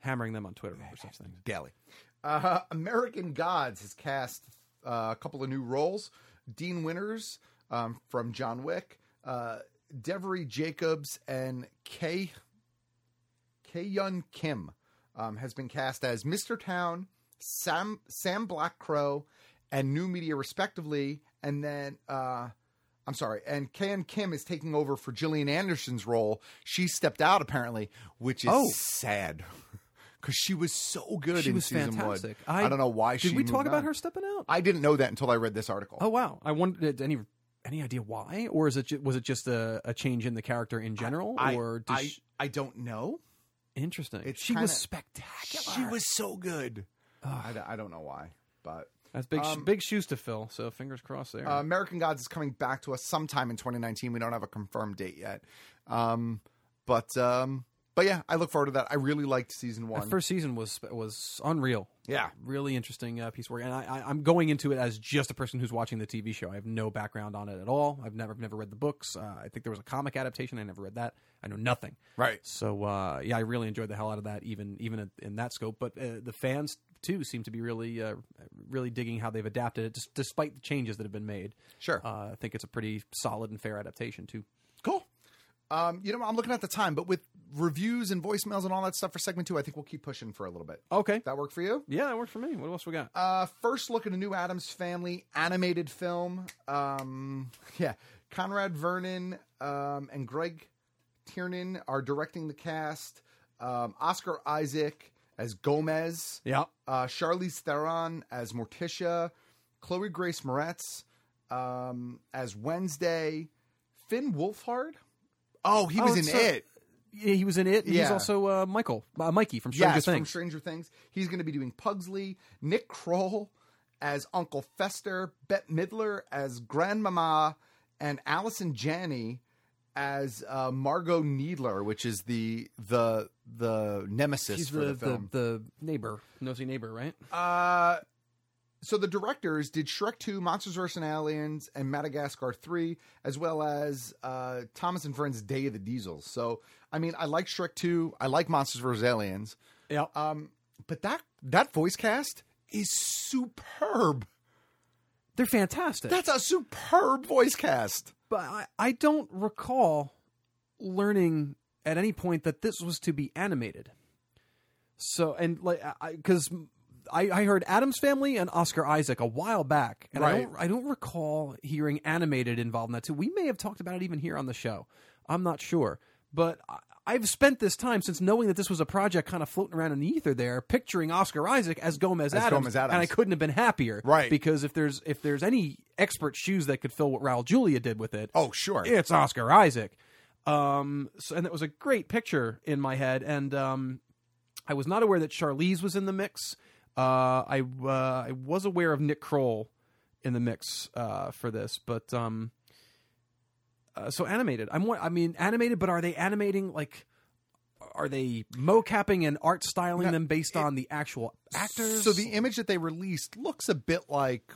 hammering them on Twitter over such things.
Daily. Uh, American Gods has cast uh, a couple of new roles. Dean Winters um, from John Wick, uh, Devery Jacobs, and Kay Kyun Kim um, has been cast as Mr. Town, Sam Sam Black Crow, and New Media respectively. And then uh, I'm sorry, and Kyan Kim is taking over for Gillian Anderson's role. She stepped out apparently, which is
Oh.
sad because she was so good
She
in
was
season
fantastic.
one. I,
I-
don't know why
did
she
we
moved
talk about
on.
her stepping out?
I didn't know that until I read this article.
Oh wow! I wondered any any idea why, or is it ju- was it just a, a change in the character in general,
I-
or
I,
she-
I don't know.
interesting?
It's
she
kinda-
was spectacular.
She was so good. I, d- I don't know why, but
That's big
Um,
big shoes to fill. So fingers crossed there.
Uh, American Gods is coming back to us sometime in 2019. We don't have a confirmed date yet, um, but um, but yeah, I look forward to that. I really liked season one.
That first season was was unreal.
Yeah.
really interesting uh, piece of work. And I, I, I'm going into it as just a person who's watching the TV show. I have no background on it at all. I've never never read the books. Uh, I think there was a comic adaptation. I never read that. I know nothing.
Right.
So uh, yeah, I really enjoyed the hell out of that, even even in- in that scope. But uh, the fans too seem to be really uh, really digging how they've adapted it, just, despite the changes that have been made.
Sure.
Uh, I think it's a pretty solid and fair adaptation too.
Cool. Um, you know, I'm looking at the time, but with reviews and voicemails and all that stuff for segment two, I think we'll keep pushing for a little bit.
Okay.
That work for you?
Yeah, that worked for me. What else we got?
Uh, first, look at a new Adams Family animated film. Um, yeah, Conrad Vernon um, and Greg Tiernan are directing the cast. Um, Oscar Isaac as Gomez.
Yeah.
Uh, Charlize Theron as Morticia. Chloe Grace Moretz um, as Wednesday. Finn Wolfhard. Oh, he
Oh,
was in
it's, uh,
it.
Yeah, he was in it. and
Yeah.
He's also uh, Michael, uh, Mikey from Stranger
yes, from
Things.
Stranger Things. He's going to be doing Pugsley, Nick Kroll as Uncle Fester, Bette Midler as Grandmama, and Allison Janney as uh, Margot Needler, which is the the the nemesis
She's
for
the,
the film.
the neighbor, nosy neighbor, right?
Uh, so the directors did Shrek 2, Monsters vs. Aliens, and Madagascar 3, as well as uh, Thomas and Friends' Day of the Diesels. So, I mean, I like Shrek 2. I like Monsters vs. Aliens.
Yeah.
Um, but that that voice cast is superb.
They're fantastic.
That's a superb voice cast.
but I, I don't recall learning at any point that this was to be animated. So and like because I, I, heard Adam's Family and Oscar Isaac a while back, and I
Right.
don't I don't recall hearing animated involved in that too. We may have talked about it even here on the show. I'm not sure, but. I, I've spent this time since knowing that this was a project kind of floating around in the ether there, picturing Oscar Isaac as Gomez,
As
Adams,
Gomez Adams.
and I couldn't have been happier,
Right.
Because if there's if there's any expert shoes that could fill what Raul Julia did with it,
Oh, sure.
it's Oscar Isaac. Um, so, and that was a great picture in my head, and um, I was not aware that Charlize was in the mix. Uh, I uh, I was aware of Nick Kroll in the mix uh, for this, but um, uh, so animated. I'm wa- I mean animated, but are they animating like? Are they mocapping and art styling
No,
them based
it-
on the actual actors?
So the image that they released looks a bit like,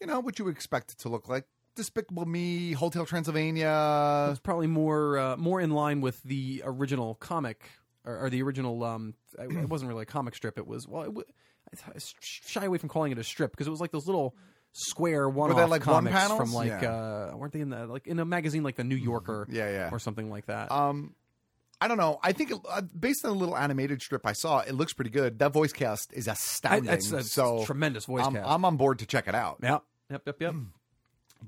you know, what you would expect it to look like. Despicable Me, Hotel Transylvania,
it's probably more uh, more in line with the original comic or, or the original. Um, it wasn't really a comic strip. It was well, it w- I th- shy away from calling it a strip because it was like those little square one-off
like,
comics
one-panels?
from like
Yeah. Mm-hmm.
uh, weren't they in the like in a magazine like the New Yorker,
Yeah, yeah.
or something like that.
Um, I don't know. I think it, uh, based on the little animated strip I saw, it looks pretty good. That voice cast is astounding.
I- it's a
so
tremendous voice
I'm,
cast.
I'm on board to check it out.
Yep, yep, yep, yep.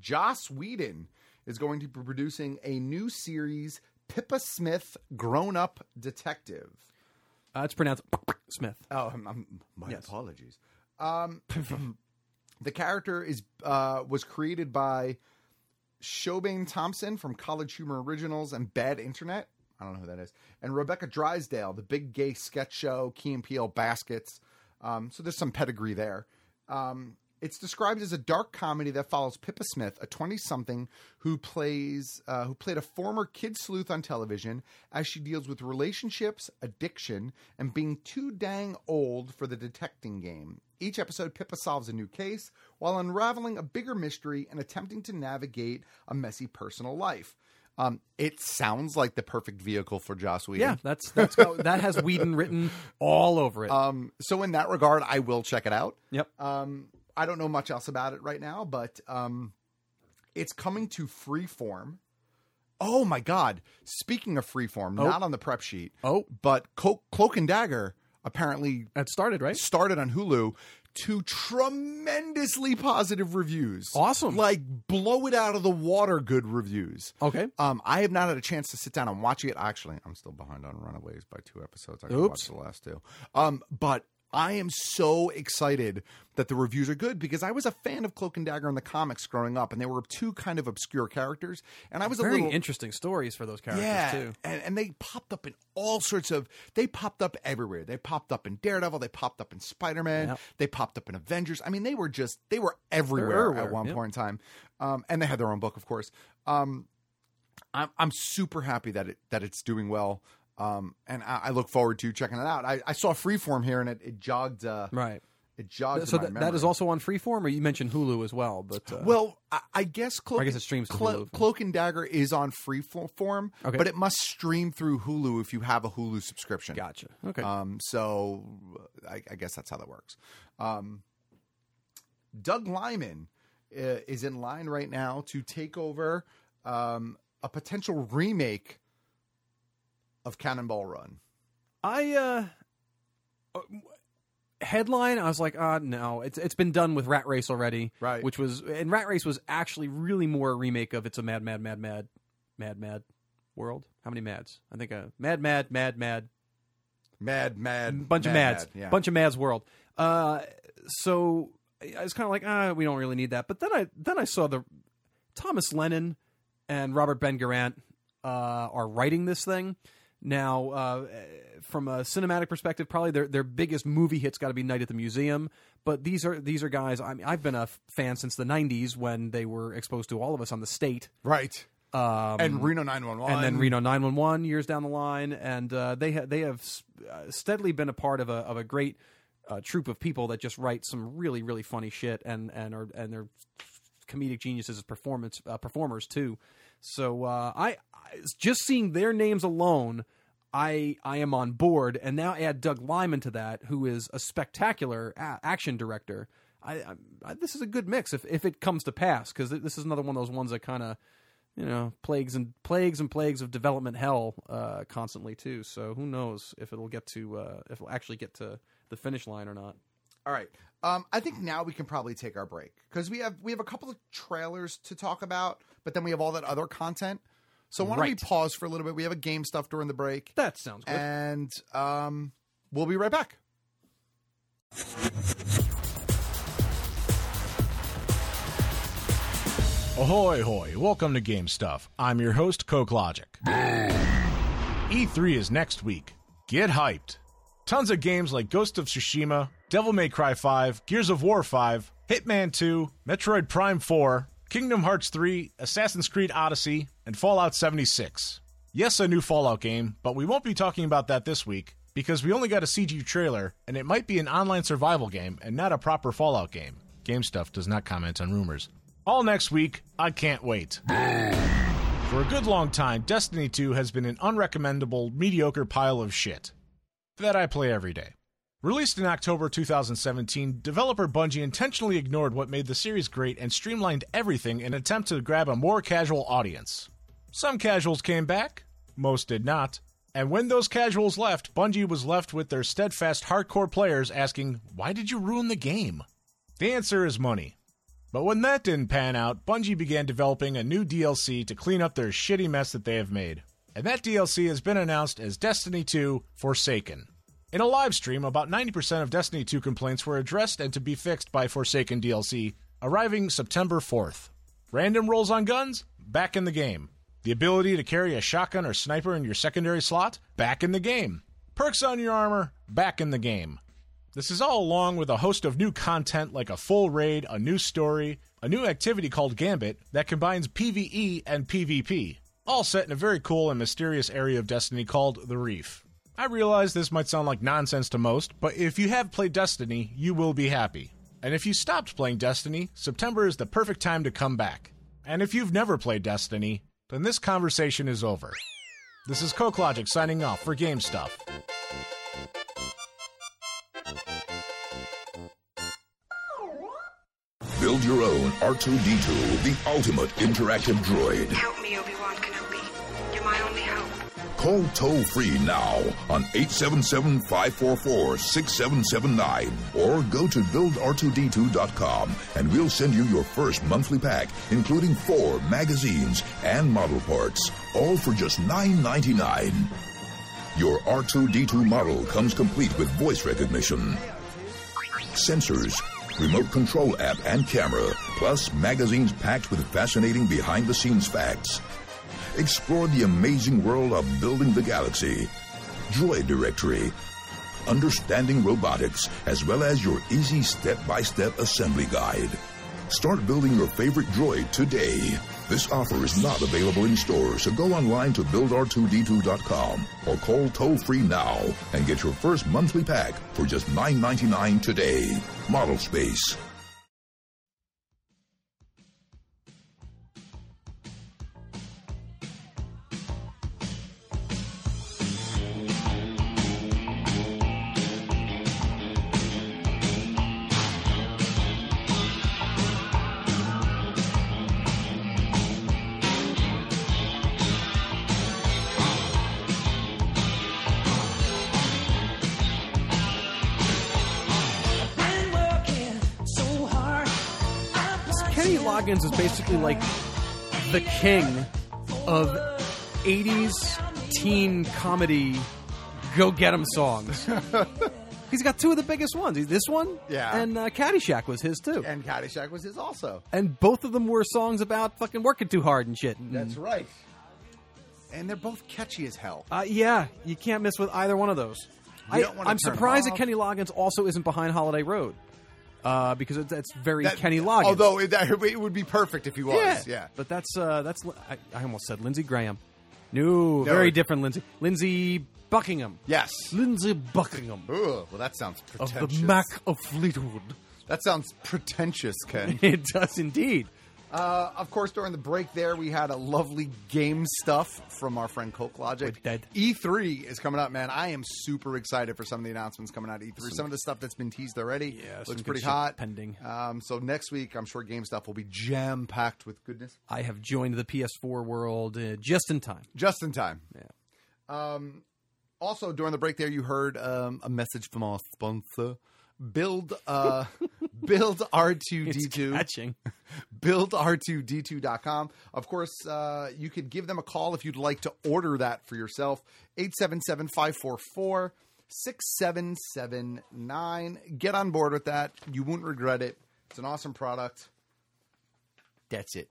Joss Whedon is going to be producing a new series, Pippa Smith Grown Up Detective.
Uh, it's pronounced Smith.
Oh, I'm, I'm- my apologies. Um, the character is uh, was created by Shobane Thompson from College Humor Originals and Bad Internet. I don't know who that is. And Rebecca Drysdale, the big gay sketch show, Key and Peele Baskets. Um, so there's some pedigree there. Um, it's described as a dark comedy that follows Pippa Smith, a 20-something who plays uh, who played a former kid sleuth on television, as she deals with relationships, addiction, and being too dang old for the detecting game. Each episode, Pippa solves a new case while unraveling a bigger mystery and attempting to navigate a messy personal life. Um, it sounds like the perfect vehicle for Joss Whedon.
Yeah, that's that's how, that has Whedon written all over it.
Um, so in that regard, I will check it out.
Yep.
Um, I don't know much else about it right now, but um, it's coming to Freeform. Oh my God! Speaking of Freeform,
Oh.
not on the prep sheet.
Oh,
but Clo- Cloak and Dagger apparently
that started right.
Started on Hulu to tremendously positive reviews.
Awesome.
Like blow it out of the water good reviews.
Okay.
Um, I have not had a chance to sit down and watch it. Actually, I'm still behind on Runaways by two episodes. I gotta watch
Oops.
the last two. Um, but I am so excited that the reviews are good because I was a fan of Cloak and Dagger in the comics growing up, and they were two kind of obscure characters. And I was
Very
a little
interesting stories for those characters
yeah,
too.
And, and they popped up in all sorts of. They popped up everywhere. They popped up in Daredevil. They popped up in Spider Man.
Yep.
They popped up in Avengers. I mean, they were just they were everywhere,
everywhere,
at one
yep.
point in time. Um, and they had their own book, of course. Um, I'm I'm super happy that it that it's doing well. Um, and I, I look forward to checking it out. I, I saw Freeform here, and it, it jogged. Uh,
Right.
It jogged.
So
my
that, that
memory.
is also on Freeform, or you mentioned Hulu as well. But uh,
Well, I, I guess Cloak,
I guess it streams to
Clo-
Hulu.
Cloak and Dagger is on free fo- form,
Okay.
but it must stream through Hulu if you have a Hulu subscription.
Gotcha. Okay.
Um, so I, I guess that's how that works. Um, Doug Lyman uh, is in line right now to take over um, a potential remake of Cannonball Run.
I uh headline, I was like, ah, no, it's it's been done with Rat Race already,
right?
Which was and Rat Race was actually really more a remake of It's a Mad Mad Mad Mad Mad Mad World. How many Mads? I think a Mad Mad Mad Mad
Mad Mad
bunch of
Mad,
Mads,
Mad, yeah.
bunch of Mads World. Uh, so I was kind of like, ah, we don't really need that. But then I then I saw the Thomas Lennon and Robert Ben Garant uh, are writing this thing. Now, uh, from a cinematic perspective, probably their their biggest movie hit's got to be Night at the Museum. But these are these are guys. I mean, I've been a f- fan since the '90s when they were exposed to all of us on the state,
right?
Um,
And Reno 911.
and then Reno 911 years down the line, and uh, they ha- they have s- uh, steadily been a part of a of a great uh, troop of people that just write some really really funny shit, and and are and they're comedic geniuses as performance uh, performers too. So uh, I, I just seeing their names alone, I I am on board, and now add Doug Lyman to that, who is a spectacular a- action director. I, I, I this is a good mix if if it comes to pass because this is another one of those ones that kind of you know plagues and plagues and plagues of development hell uh, constantly too. So who knows if it'll get to uh, if it'll actually get to the finish line or not.
All right. Um, I think now we can probably take our break because we have we have a couple of trailers to talk about, but then we have all that other content. So why don't we
Right.
pause for a little bit? We have a game stuff during the break.
That sounds good.
And um, we'll be right back.
Ahoy, hoy. Welcome to Game Stuff. I'm your host, Coke Logic. E3 is next week. Get hyped. Tons of games like Ghost of Tsushima, Devil May Cry 5, Gears of War 5, Hitman 2, Metroid Prime 4, Kingdom Hearts 3, Assassin's Creed Odyssey, and Fallout 76. Yes, a new Fallout game, but we won't be talking about that this week because we only got a CG trailer and it might be an online survival game and not a proper Fallout game. Game Stuff does not comment on rumors. All next week, I can't wait. For a good long time, Destiny 2 has been an unrecommendable, mediocre pile of shit that I play every day. Released in October 2017, developer Bungie intentionally ignored what made the series great and streamlined everything in an attempt to grab a more casual audience. Some casuals came back, most did not, and when those casuals left, Bungie was left with their steadfast hardcore players asking, Why did you ruin the game? The answer is money. But when that didn't pan out, Bungie began developing a new DLC to clean up their shitty mess that they have made. And that DLC has been announced as Destiny 2 Forsaken. In a live stream, about 90% of Destiny 2 complaints were addressed and to be fixed by Forsaken DLC, arriving September 4th. Random rolls on guns? Back in the game. The ability to carry a shotgun or sniper in your secondary slot? Back in the game. Perks on your armor? Back in the game. This is all along with a host of new content like a full raid, a new story, a new activity called Gambit that combines PvE and PvP, all set in a very cool and mysterious area of Destiny called the Reef. I realize this might sound like nonsense to most, but if you have played Destiny, you will be happy. And if you stopped playing Destiny, September is the perfect time to come back. And if you've never played Destiny, then this conversation is over. This is CokeLogic signing off for Game Stuff.
Build your own R2D2, the ultimate interactive droid.
Help me, Obi-Wan Kenobi. You're my only hope.
Call toll free now on 877 544 6779 or go to buildr2d2.com and we'll send you your first monthly pack, including four magazines and model parts, all for just $9.99. Your R2D2 model comes complete with voice recognition, sensors, remote control app and camera, plus magazines packed with fascinating behind the scenes facts. Explore the amazing world of building the galaxy, Droid Directory, understanding robotics, as well as your easy step by step assembly guide. Start building your favorite droid today. This offer is not available in stores, so go online to buildr2d2.com Um, or call toll free now and get your first monthly pack for just $9.99 today. Model Space.
Kenny Loggins is basically like the king of 80s teen comedy go get 'em songs. He's got two of the biggest ones. This one
Yeah.
and uh, Caddyshack was his too.
And Caddyshack was his also.
And both of them were songs about fucking working too hard and shit.
That's right. And they're both catchy as hell.
Uh, yeah, you can't miss with either one of those.
You
I,
don't wanna
I'm
turn 'em
surprised
off.
that Kenny Loggins also isn't behind Holiday Road uh, because it, that's very Kenny Loggins.
Although it, that, it would be perfect if he was. Yeah.
But that's uh, that's I, I almost said Lindsey Graham. No, very different Lindsey. Lindsey Buckingham.
Yes.
Lindsey Buckingham.
Ooh, well, that sounds
Of
pretentious.
the Mac of Fleetwood.
That sounds pretentious, Ken.
it does indeed.
Uh, of course, during the break there, we had a lovely game stuff from our friend Coke Logic. E3 is coming up, man. I am super excited for some of the announcements coming out of E3. Some,
Some-
of the stuff that's been teased already yeah,
some
looks
good
pretty
shit
hot.
pending.
Um, so next week, I'm sure game stuff will be jam packed with goodness.
I have joined the PS4 world uh, just in time.
Just in time. Um, also, during the break there, you heard um, a message from our sponsor. Build uh build R2D2.
catching.
Build R2D2.com. Of course, uh, you could give them a call if you'd like to order that for yourself. 877-544-6779. Get on board with that. You won't regret it. It's an awesome product. That's it.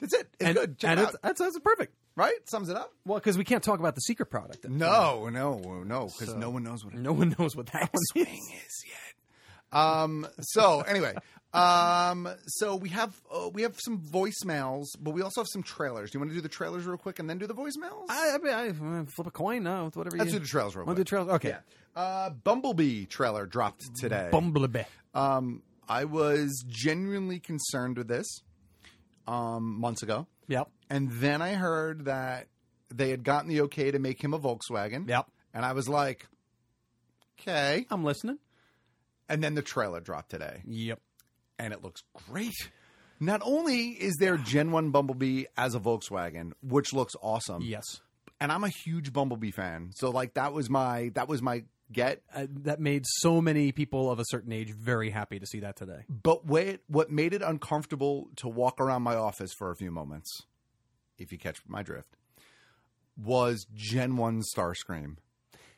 That's it. It's
and
good. Check
and
it
it's-
out.
that's, that's perfect.
Right? Sums it up.
Well, because we can't talk about the secret product.
No, no, no, because
So-
no one knows what it
No one knows what that one is.
Um. So anyway, um. So we have uh, we have some voicemails, but we also have some trailers. Do you want to do the trailers real quick and then do the voicemails?
I, I, mean, I, I flip a coin. No, it's whatever.
Let's
you,
do the trailers real
Wanna
quick.
Do trailers. Okay.
Yeah. Uh, Bumblebee trailer dropped today.
Bumblebee.
Um, I was genuinely concerned with this um, months ago.
Yep.
And then I heard that they had gotten the okay to make him a Volkswagen.
Yep.
And I was like, okay.
I'm listening.
And then the trailer dropped today.
Yep.
And it looks great. Not only is there Gen 1 Bumblebee as a Volkswagen, which looks awesome.
Yes.
And I'm a huge Bumblebee fan. So like that was my that was my get.
Uh, that made so many people of a certain age very happy to see that today.
But what what made it uncomfortable to walk around my office for a few moments, if you catch my drift, was Gen One Starscream.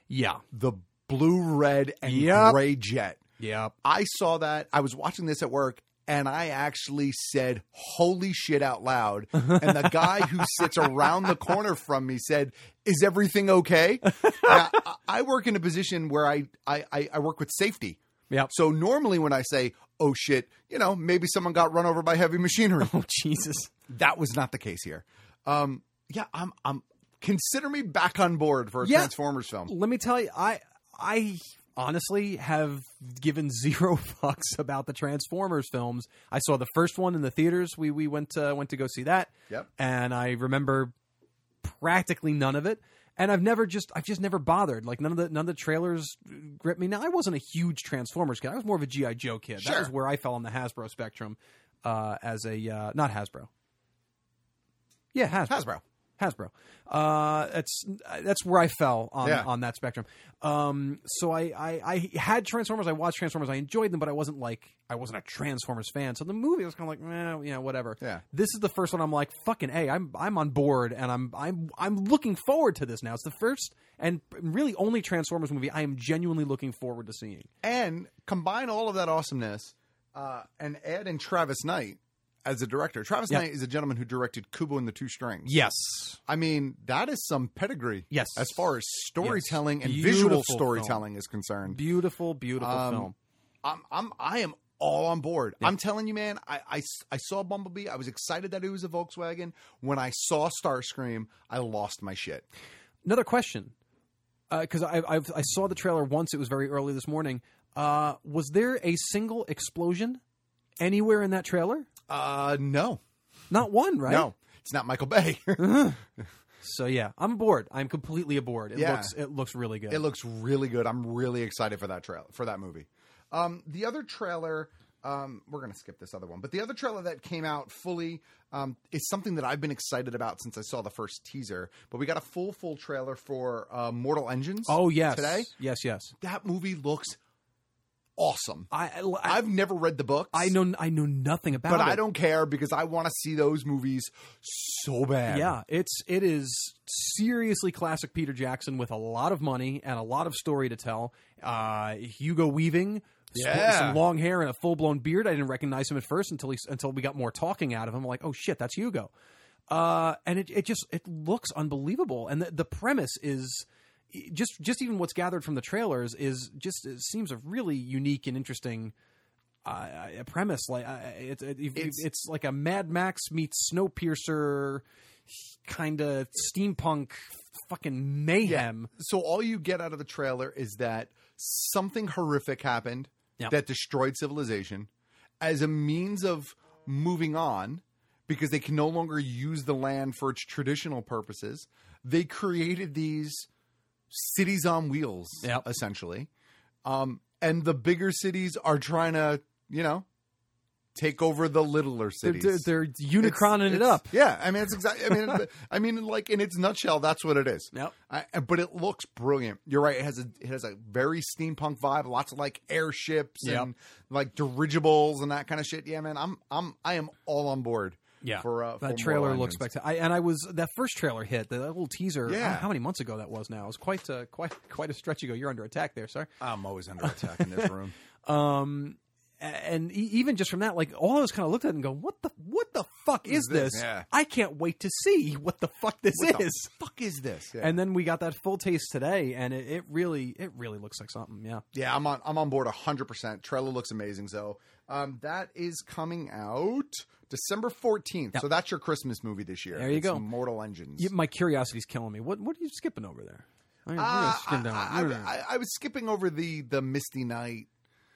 Yeah,
the blue, red, and
Yep.
gray jet.
Yeah,
I saw that. I was watching this at work. And I actually said, holy shit, out loud. And the guy who sits around the corner from me said, Is everything okay? Now, I- I work in a position where I, I, I, I work with safety.
Yep.
So normally when I say, oh shit, you know, maybe someone got run over by heavy machinery.
Oh, Jesus.
That was not the case here. Um, yeah, I'm, I'm, consider me back on board for a
Yeah.
Transformers film.
Let me tell you, I I honestly have given zero fucks about the Transformers films. I saw the first one in the theaters. We we went to, went to go see that.
Yep.
And I remember practically none of it. And I've never just I've just never bothered. Like none of the none of the trailers gripped me. Now I wasn't a huge Transformers kid. I was more of a GI Joe kid. That
Sure.
was where I fell on the Hasbro spectrum. Uh, as a uh, not Hasbro, yeah, Hasbro. Hasbro. Uh, that's that's where I fell on
Yeah.
on that spectrum. Um, so I, I I had Transformers. I watched Transformers. I enjoyed them, but I wasn't like I wasn't a Transformers fan. So the movie I was kind of like, eh, you know, whatever. Yeah. This is the first one. I'm like, fucking, hey, I'm I'm on board, and I'm I'm I'm looking forward to this now. It's the first and really only Transformers movie I am genuinely looking forward to seeing.
and combine all of that awesomeness uh, and add in Travis Knight as a director. Travis
Yeah.
Knight is a gentleman who directed Kubo and the Two Strings.
Yes.
I mean, that is some pedigree.
Yes.
As far as storytelling and visual
Beautiful
storytelling
film.
is concerned.
Beautiful, beautiful
Um,
film.
I'm, I'm, I am all on board. I'm telling you, man, I, I s- I saw Bumblebee. I was excited that it was a Volkswagen. When I saw Starscream, I lost my shit.
Another question, because I, I've, I saw the trailer once. It was very early this morning. Uh, was there a single explosion anywhere in that trailer?
Uh, no,
not one. Right?
No, it's not Michael Bay.
So yeah, I'm aboard. I'm completely aboard. It
Yeah.
looks it looks really good.
It looks really good. I'm really excited for that trail for that movie. Um, the other trailer, um, we're gonna skip this other one, but the other trailer that came out fully um, is something that I've been excited about since I saw the first teaser. But we got a full full trailer for uh, Mortal Engines.
oh yes,
today
yes yes.
that movie looks awesome.
I,
I have never read the books.
I know I know nothing about
but
it,
I don't care because I want to see those movies so bad.
Yeah, it's it is seriously classic Peter Jackson with a lot of money and a lot of story to tell. Uh, Hugo Weaving, sp-
Yeah.
some long hair and a full blown beard. I didn't recognize him at first until he, until we got more talking out of him. I'm like, oh shit, that's Hugo. Uh, and it, it just it looks unbelievable, and the, the premise is just just even what's gathered from the trailers is just it seems a really unique and interesting uh, a premise like uh, it, it, it's, it's like a Mad Max meets Snowpiercer kind of steampunk fucking mayhem.
So all you get out of the trailer is that something horrific happened
Yeah.
that destroyed civilization as a means of moving on because they can no longer use the land for its traditional purposes. They created these cities on wheels essentially. Um and the bigger cities are trying to, you know, take over the littler
They're,
cities.
they're, they're unicroning it
It's-
up.
Yeah, I mean it's exactly. I mean, I mean, like in its nutshell, that's what it is.
Yep.
I, and- but it looks brilliant. You're right. It has a it has a very steampunk vibe. Lots of like airships
Yep.
and like dirigibles and that kind of shit. Yeah, man. I'm I'm I am all on board.
Yeah,
For uh, for
that trailer
Mortal
looks
Engines.
spectacular. I, and I was that first trailer hit that little teaser.
Yeah.
I don't know how many months ago that was now? It was quite uh, quite quite a stretch ago. You're under attack there, sir.
I'm always under attack in this room.
Um, a- and e- even just from that, like all I was kind of looked at it and go, what the what the fuck is
this?
this?
Yeah.
I can't wait to see what the fuck this is.
What the fuck is this? Yeah.
And then we got that full taste today, and it, it really it really looks like something. Yeah.
Yeah, I'm on. I'm on board 100. percent Trailer looks amazing. So um, that is coming out December 14th. So that's your Christmas movie this year.
There you
It's
go.
Mortal Engines.
Yeah, my curiosity's killing me. What what are you skipping over there? I- we're gonna
Uh,
skim down.
I,
We're gonna-
I, I was skipping over the the Misty Night.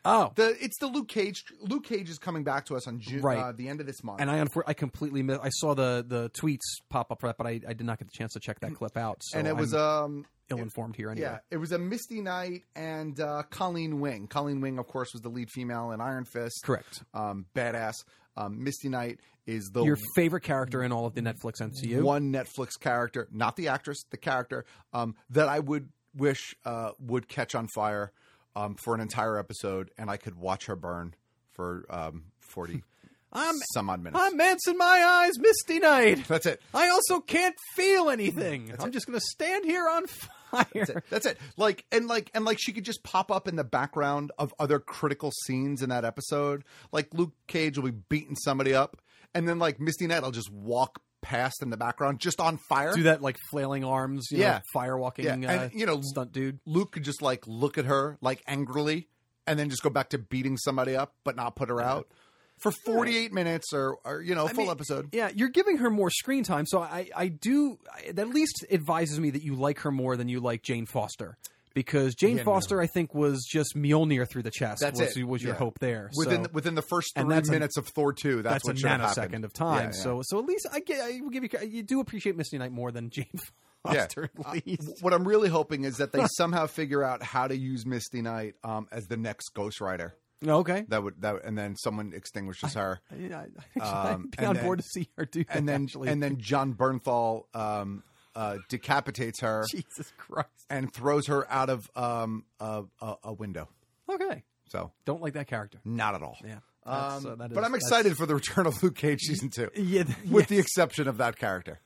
Oh,
the it's the Luke Cage. Luke Cage is coming back to us on June,
Right.
uh, the end of this month.
and I unfor- I completely missed. I saw the the tweets pop up for that, but I, I did not get the chance to check that clip out. So
and it was
I'm
um
ill informed here anyway.
yeah it was a Misty Night and uh, Colleen Wing. Colleen Wing, of course, was the lead female in Iron Fist.
Correct.
Um, badass. Um, Misty Knight is the
Your favorite character in all of the Netflix MCU.
one Netflix character, not the actress, the character um, that I would
wish uh, would catch on fire um, for an entire episode, and I could watch her burn for um, forty
I'm
some odd minutes.
I'm Manson. My eyes, Misty Night.
That's it.
I also can't feel anything. I'm just gonna stand here on fire. That's
it. That's it. Like and like and like she could just pop up in the background of other critical scenes in that episode. Like Luke Cage will be beating somebody up, and then like Misty Knight will just walk past in the background, just on fire.
Do that like flailing arms, you
Yeah.
know, firewalking,
Yeah, and,
uh,
you know,
stunt dude.
Luke could just like look at her like angrily, and then just go back to beating somebody up, but not put her out for forty eight minutes or or you know
I
full
mean,
episode.
Yeah, you're giving her more screen time, so I I do I- that at least advises me that you like her more than you like Jane Foster because Jane
Yeah, no.
Foster I think was just Mjolnir through the chest.
That's
was,
it.
was your
Yeah.
hope there
Within
so.
the- within the first
And
three
that's a-
minutes of Thor two. That's, what
a
should have
nanosecond
happened.
of time.
Yeah, yeah.
So so at least I get I will give you you do appreciate Misty Knight more than Jane Foster.
Uh, what I'm really hoping is that they somehow figure out how to use Misty Knight um, as the next Ghost Rider.
Okay.
That would that would- and then someone extinguishes her.
Yeah,
Um,
I'd be
and
on
then-
board to see her do that.
and then
actually.
and then John Bernthal um, uh, decapitates her.
Jesus Christ!
And throws her out of um, a, a, a window.
okay,
So
don't like that character.
Not at all.
Yeah.
Um,
That's, uh, that
but
is-
I'm
that's-
excited for the return of Luke Cage season two.
Yeah,
with the exception of that character.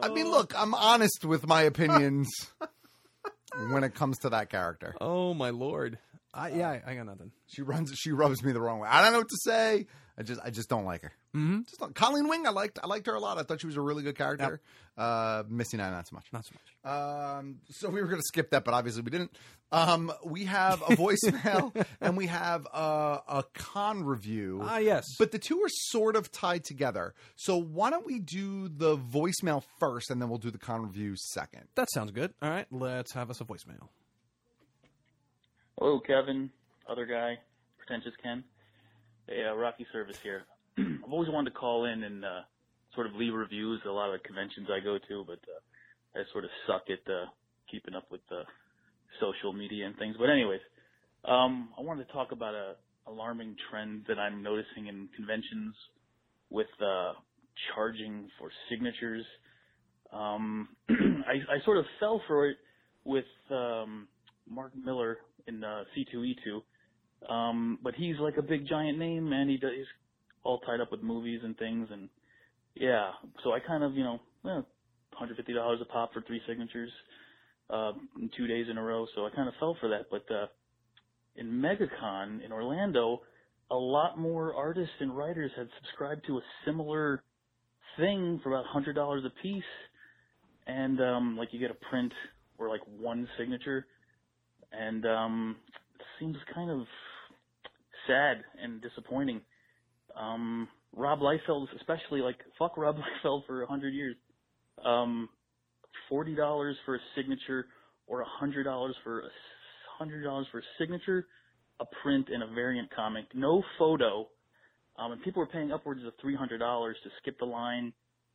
I mean, look, I'm honest with my opinions when it comes to that character.
Oh my lord! I, yeah, I- I got nothing.
She runs. She rubs me the wrong way. I don't know what to say. I just, I just don't like her.
Mm-hmm.
Just don't. Colleen Wing, I liked. I liked her a lot. I thought she was a really good character. Uh, Missy Nine, not so much.
Not so much.
Um, so we were going to skip that, but obviously we didn't. Um, we have a voicemail and we have a, a con review.
Ah, yes.
But the two are sort of tied together. So why don't we do the voicemail first and then we'll do the con review second?
That sounds good. All right, let's have us a voicemail.
Hello, Kevin, other guy, pretentious Ken. Hey, uh, Rocky Service here. I've always wanted to call in and uh, sort of leave reviews at a lot of the conventions I go to, but uh, I sort of suck at uh, keeping up with uh, social media and things. But anyways, um, I wanted to talk about a alarming trend that I'm noticing in conventions with uh, charging for signatures. Um, I, I sort of fell for it with um, Mark Miller in uh, C2E2, um, but he's like a big giant name, and he does, he's all tied up with movies and things, and yeah. So I kind of you know, eh, well, $150 a pop for three signatures, uh, in two days in a row. So I kind of fell for that, but uh, in MegaCon in Orlando, a lot more artists and writers had subscribed to a similar thing for about hundred dollars a piece, and um, like you get a print or like one signature, and um, it seems kind of sad and disappointing. Um, Rob Liefeld, especially like fuck Rob Liefeld for a hundred years. Um, forty dollars for a signature, or a hundred dollars for a hundred dollars for a signature, a print, and a variant comic. No photo. Um, and people were paying upwards of three hundred dollars to skip the line,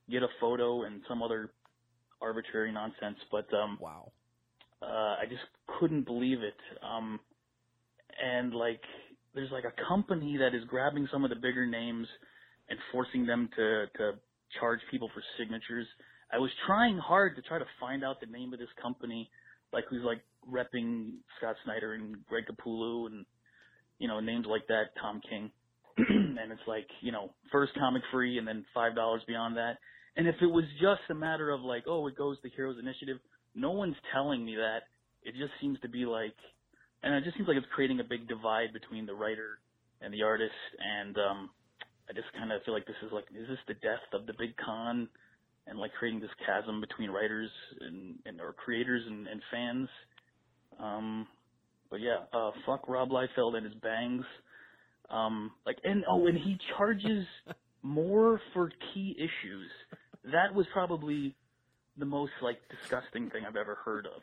get a photo, and some other arbitrary nonsense. But um,
wow,
uh, I just couldn't believe it. Um, and like, there's like a company that is grabbing some of the bigger names and forcing them to to charge people for signatures. I was trying hard to try to find out the name of this company, like who's like repping Scott Snyder and Greg Capullo and you know names like that, Tom King. and it's like you know first comic free and then five dollars beyond that. And if it was just a matter of like oh it goes to Heroes Initiative, no one's telling me that. It just seems to be like, and it just seems like it's creating a big divide between the writer and the artist. And um, I just kind of feel like this is like, is this the death of the big con? And like creating this chasm between writers and, and or creators and, and fans. Um, but yeah, uh, fuck Rob Liefeld and his bangs. Um, like, and oh, and he charges more for key issues. That was probably the most like disgusting thing I've ever heard of.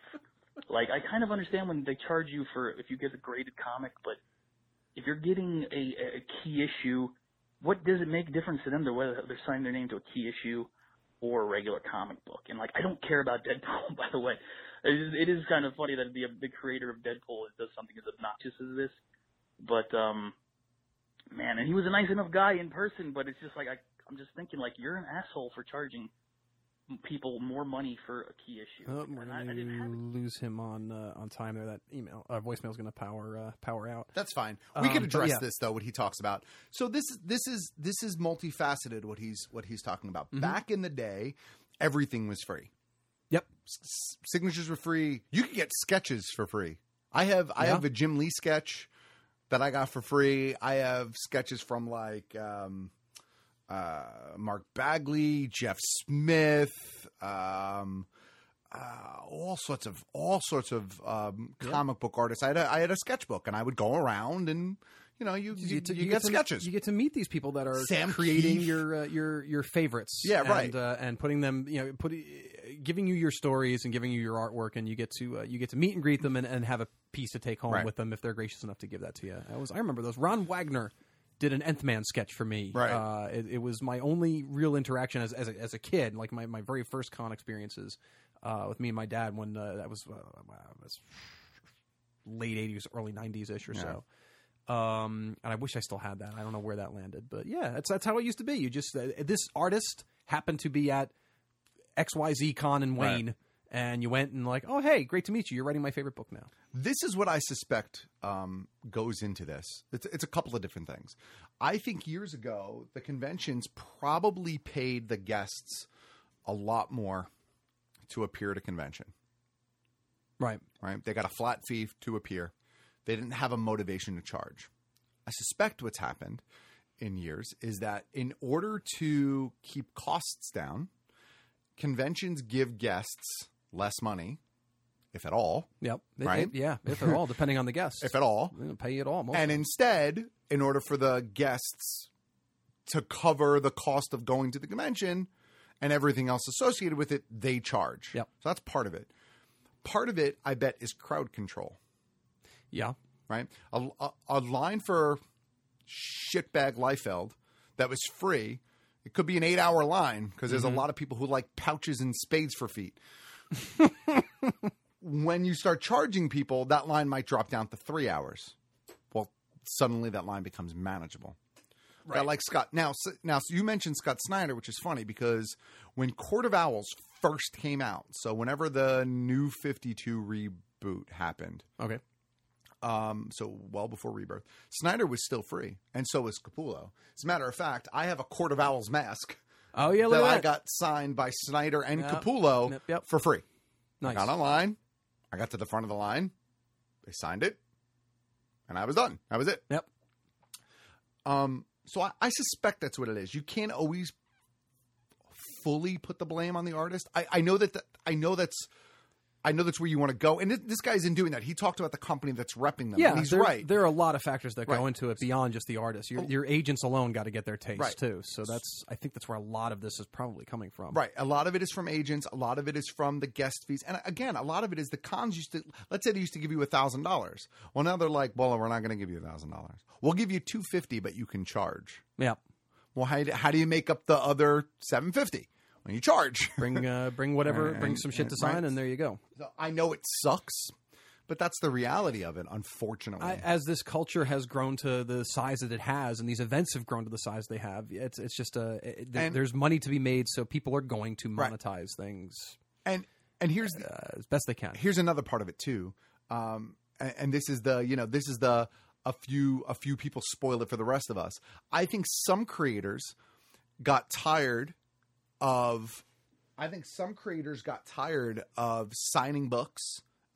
Like, I kind of understand when they charge you for if you get a graded comic, but if you're getting a, a key issue, what does it make difference to them to whether they're signing their name to a key issue or a regular comic book? And like, I don't care about Deadpool, by the way. It is, it is kind of funny that the, the creator of Deadpool does something as obnoxious as this, but um, man, and he was a nice enough guy in person, but it's just like I, I'm just thinking like you're an asshole for charging people more money for a key issue.
Oh,
And
we're
I- I
gonna
didn't have it.
lose him on uh, on time there. That email, uh, voicemail's gonna power uh, power out.
That's fine. We
Um,
can
but
address
yeah.
this though. What he talks about. So this is this is this is multifaceted. What he's what he's talking about.
Mm-hmm.
Back in the day, everything was free.
Yep.
signatures were free. You could get sketches for free. I have I
Yeah.
have a Jim Lee sketch that I got for free. I have sketches from like um, uh, Mark Bagley, Jeff Smith, um, uh, all sorts of all sorts of um, comic book artists. I had a, I had a sketchbook, and I would go around and you know you you,
get to-
you
you
get,
get to-
sketches.
you get to meet these people that are
Sam
creating
Keefe.
your uh, your your favorites.
Yeah,
and,
right.
Uh, and putting them, you know, putting giving you your stories and giving you your artwork, and you get to uh, you get to meet and greet them and, and have a piece to take home
Right.
with them if they're gracious enough to give that to you. I was I remember those. Ron Wagner did an Nth Man sketch for me.
Right.
Uh, it, it was my only real interaction as as a, as a kid, like my my very first con experiences uh, with me and my dad when uh, that was. Uh, I was late 80s early 90s ish or
Yeah.
so um, and I wish I still had that. I don't know where that landed, but yeah, that's that's how it used to be. You just uh, this artist happened to be at XYZ Con in
Right.
Wayne, and you went and like, oh hey, great to meet you. You're writing my favorite book now.
this is what I suspect um, goes into this. It's, it's a couple of different things. I think years ago, the conventions probably paid the guests a lot more to appear at a convention.
Right.
Right. They got a flat fee to appear, they didn't have a motivation to charge. I suspect what's happened in years is that in order to keep costs down, conventions give guests less money, if at all.
Yep. It-
Right.
it- yeah. If at all, depending on the guest.
If at all.
They don't pay you at all. Most
and instead, in order for the guests to cover the cost of going to the convention and everything else associated with it, they charge. Yep. So that's part of it. Part of it, I bet, is crowd control.
Yeah.
Right? A, a, a line for shitbag Liefeld that was free, it could be an eight hour line because there's
Mhm.
a lot of people who like pouches and spades for feet. when you start charging people, that line might drop down to three hours. Well, suddenly that line becomes manageable. Right. like Scott. Now, s- now so you mentioned Scott Snyder, which is funny because when Court of Owls first came out, so whenever the new 52 reboot happened.
Okay.
Um, so well before Rebirth, Snyder was still free, and so was Capullo. As a matter of fact, I have a Court of Owls mask.
Oh yeah,
that
look at
I
that.
got signed by Snyder and
Yep.
Capullo
Yep, yep.
for free.
Nice.
I got online. I got to the front of the line. They signed it, and I was done. That was it.
Yep.
Um. So I, I suspect that's what it is. You can't always fully put the blame on the artist. I, I know that. The, I know that's. I know that's where you want to go. And this, this guy isn't doing that. He talked about the company that's repping them.
yeah,
and he's
there-
right.
There are a lot of factors that
Right.
go into it beyond just the artist. Your,
Oh.
your agents alone got to get their taste
Right.
too. So that's I think that's where a lot of this is probably coming from.
Right. A lot of it is from agents. A lot of it is from the guest fees. And again, a lot of it is the cons used to, let's say they used to give you $1,000. Well, now they're like, well, we're not going to give you $1,000. We'll give you 250 but you can charge.
Yeah.
Well, how, do- how do you make up the other 750 When you charge.
Bring uh, bring whatever, bring some shit to sign, and there you go.
I know it sucks, but that's the reality of it, unfortunately.
I, as this culture has grown to the size that it has, and these events have grown to the size they have, it's it's just a it, there-
And-
there's money to be made, so people are going to monetize things uh,
and and here's the,
as best they can.
Here's another part of it too, um, and, and this is the you know this is the a few a few people spoil it for the rest of us. I think some creators got tired of. I think some creators got tired of signing books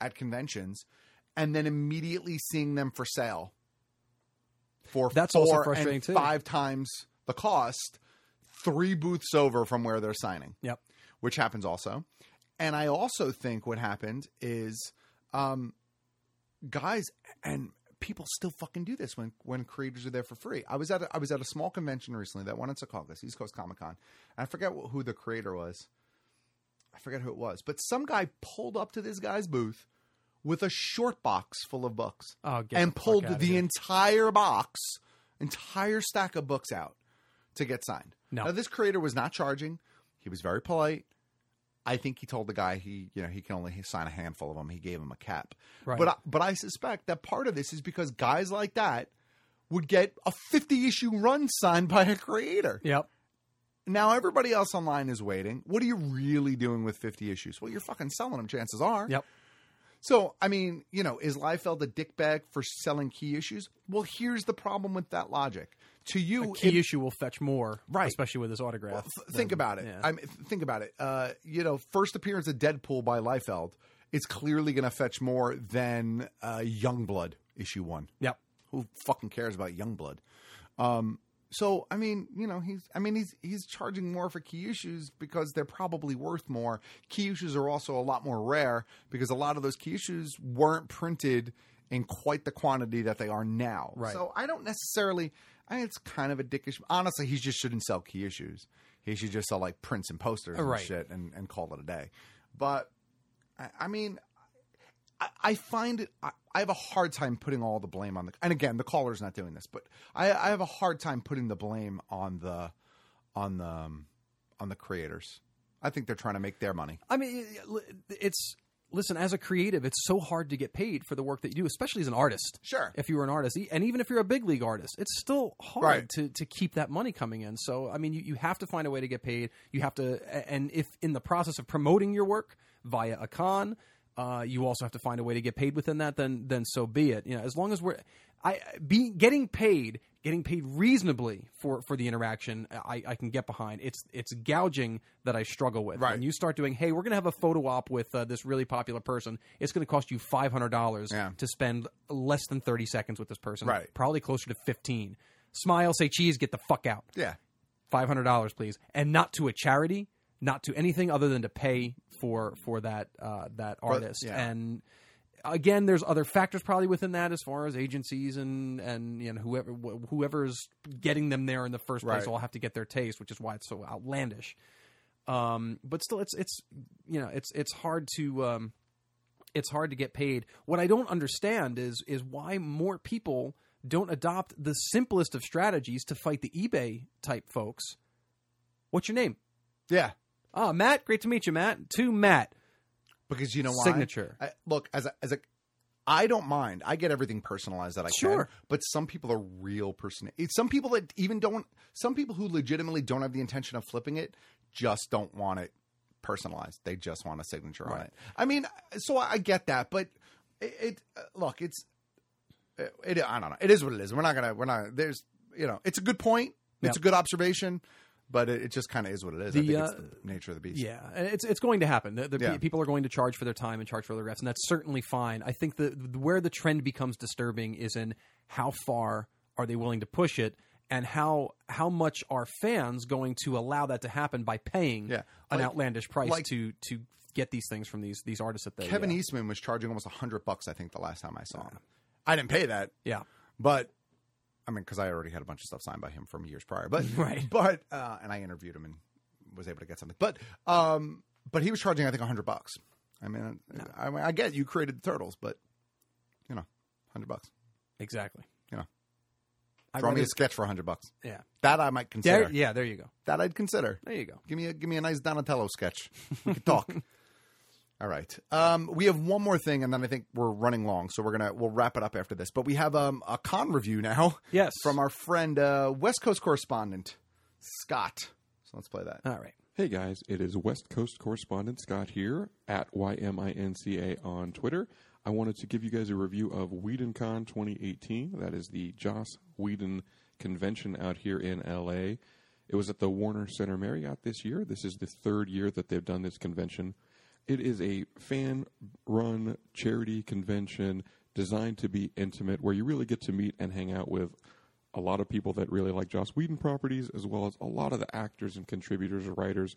at conventions, and then immediately seeing them for sale for
That's
four
also frustrating,
and
too.
five times the cost, three booths over from where they're signing
Yep.
which happens also. And I also think what happened is, um, guys and people still fucking do this when when creators are there for free. I was at a, I was at a small convention recently that one in Secaucus, East Coast Comic Con, and I forget wh- who the creator was. I forget who it was, but some guy pulled up to this guy's booth with a short box full of books
Oh, get
and
the fuck
pulled
outta
the
here.
entire box, entire stack of books out to get signed.
No.
Now this creator was not charging. He was very polite. I think he told the guy he, you know, he can only sign a handful of them. He gave him a cap.
Right.
But I, but I suspect that part of this is because guys like that would get a 50 issue run signed by a creator.
Yep.
Now everybody else online is waiting. What are you really doing with 50 issues? Well, you're fucking selling them, chances are.
Yep.
So, I mean, you know, is Liefeld a dickbag for selling key issues? Well, here's the problem with that logic. To you,
A key
it-
issue will fetch more,
Right.
Especially with his autograph.
Th- think about it. I mean, think about it. Uh, you know, first appearance of Deadpool by Liefeld is clearly going to fetch more than uh, Youngblood issue one.
Yep.
Who fucking cares about Youngblood? Um, so I mean, you know, he's I mean he's he's charging more for key issues because they're probably worth more. Key issues are also a lot more rare because a lot of those key issues weren't printed in quite the quantity that they are now.
Right.
So I don't necessarily. I mean, it's kind of a dickish. Honestly, he just shouldn't sell key issues. He should just sell like prints and posters and
Right.
shit and, and call it a day. But I, I mean, I, I find it. I, I have a hard time putting all the blame on the. And again, the caller's not doing this, but I, I have a hard time putting the blame on the on the um, on the creators. I think they're trying to make their money.
I mean, it's listen as a creative, it's so hard to get paid for the work that you do, especially as an artist.
Sure.
If you were an artist, e- and even if you're a big league artist, it's still hard
Right.
to to keep that money coming in. So, I mean, you, you have to find a way to get paid. You have to, a- and if in the process of promoting your work via a con. Uh, you also have to find a way to get paid within that. Then, then so be it. You know, as long as we're, I be getting paid, getting paid reasonably for for the interaction, I, I can get behind. It's it's gouging that I struggle with. Right. And you start doing, hey, we're going to have a photo op with uh, this really popular person. It's going to cost you five hundred dollars to spend less than thirty seconds with this person.
Right.
Probably closer to fifteen. Smile, say cheese, get the fuck out.
Yeah.
Five hundred dollars, please, and not to a charity, not to anything other than to pay for for that uh, that artist.
yeah.
And again, there's other factors probably within that, as far as agencies and and you know whoever wh- whoever's getting them there in the first place
Right.
will have to get their taste, which is why it's so outlandish. Um, but still, it's it's you know it's it's hard to um, it's hard to get paid. What I don't understand is is why more people don't adopt the simplest of strategies to fight the eBay type folks. What's your name?
Yeah.
Ah, Matt. Great to meet you, Matt. To Matt.
Because you know why?
Signature.
I, look, as a, as a, I don't mind. I get everything personalized that I
Sure.
can. But some people are real person. It's some people that even don't. Some people who legitimately don't have the intention of flipping it just don't want it personalized. They just want a signature on
Right.
it. I mean, so I, I get that, but it, it uh, look, it's it, it. I don't know. It is what it is. We're not gonna. We're not. There's. You know, it's a good point. It's
Yep.
a good observation. But it, it just kind of is what it is. I
The,
think it's
uh,
the nature of the beast.
Yeah, and it's it's going to happen. The, the pe-
Yeah.
people are going to charge for their time and charge for their reps, and that's certainly fine. I think the where the trend becomes disturbing is in how far are they willing to push it, and how how much are fans going to allow that to happen by paying an
Like-
outlandish price
like-
to to get these things from these these artists that they
Kevin E
uh,
Eastman was charging almost hundred bucks. I think the last time I saw him, I didn't pay that.
Yeah,
but I mean, because I already had a bunch of stuff signed by him from years prior. But right, but uh, and I interviewed him and was able to get something. But um, but he was charging I think hundred bucks. I mean, I, I, mean, I get you created the turtles, but you know, hundred bucks.
exactly.
You know,
I'd
draw me
rather-
a sketch for hundred bucks.
Yeah.
that I might consider.
There- yeah, there you go.
That I'd consider.
There you go.
Give me a give me a nice Donatello sketch. We could talk. All right. Um, we have one more thing, and then I think we're running long, so we're gonna we'll wrap it up after this. But we have um, a con review now.
Yes.
From our friend uh, West Coast correspondent Scott. So let's play that.
All right.
Hey guys, it is West Coast correspondent Scott here at YMINCA on Twitter. I wanted to give you guys a review of WhedonCon 2018. That is the Joss Whedon convention out here in LA. It was at the Warner Center Marriott this year. This is the third year that they've done this convention. It is a fan run charity convention designed to be intimate where you really get to meet and hang out with a lot of people that really like Joss Whedon properties, as well as a lot of the actors and contributors and writers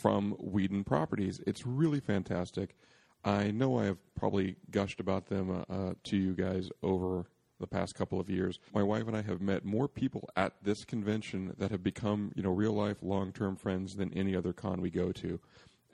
from Whedon properties. It's really fantastic. I know I have probably gushed about them uh, to you guys over the past couple of years. My wife and I have met more people at this convention that have become, you know, real life, long term friends than any other con we go to.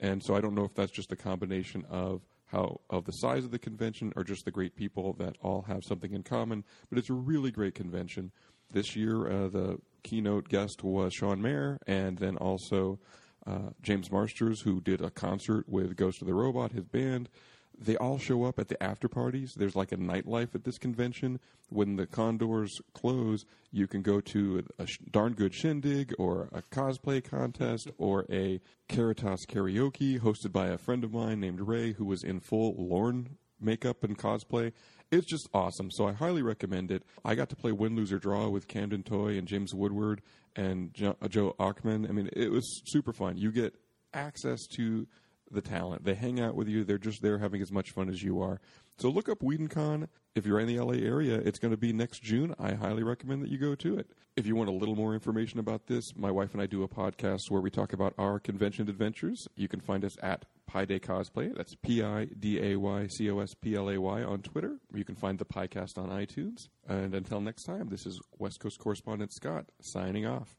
And so I don't know if that's just a combination of how of the size of the convention or just the great people that all have something in common. But it's a really great convention. This year, uh, the keynote guest was Sean Mayer, and then also uh, James Marsters, who did a concert with Ghost of the Robot, his band. They all show up at the after parties. There's like a nightlife at this convention. When the condors close, you can go to a sh- darn good shindig or a cosplay contest or a Caritas karaoke hosted by a friend of mine named Ray who was in full Lorne makeup and cosplay. It's just awesome. So I highly recommend it. I got to play Win, Lose, or Draw with Camden Toy and James Woodward and jo- uh, Joe Achman. I mean, it was super fun. You get access to the talent. They hang out with you. They're just there having as much fun as you are. So look up WhedonCon. If you're in the LA area, it's going to be next June. I highly recommend that you go to it. If you want a little more information about this, my wife and I do a podcast where we talk about our convention adventures. You can find us at Pi Day Cosplay. That's P I D A Y C O S P L A Y on Twitter. You can find the podcast on iTunes. And until next time, this is West Coast correspondent Scott signing off.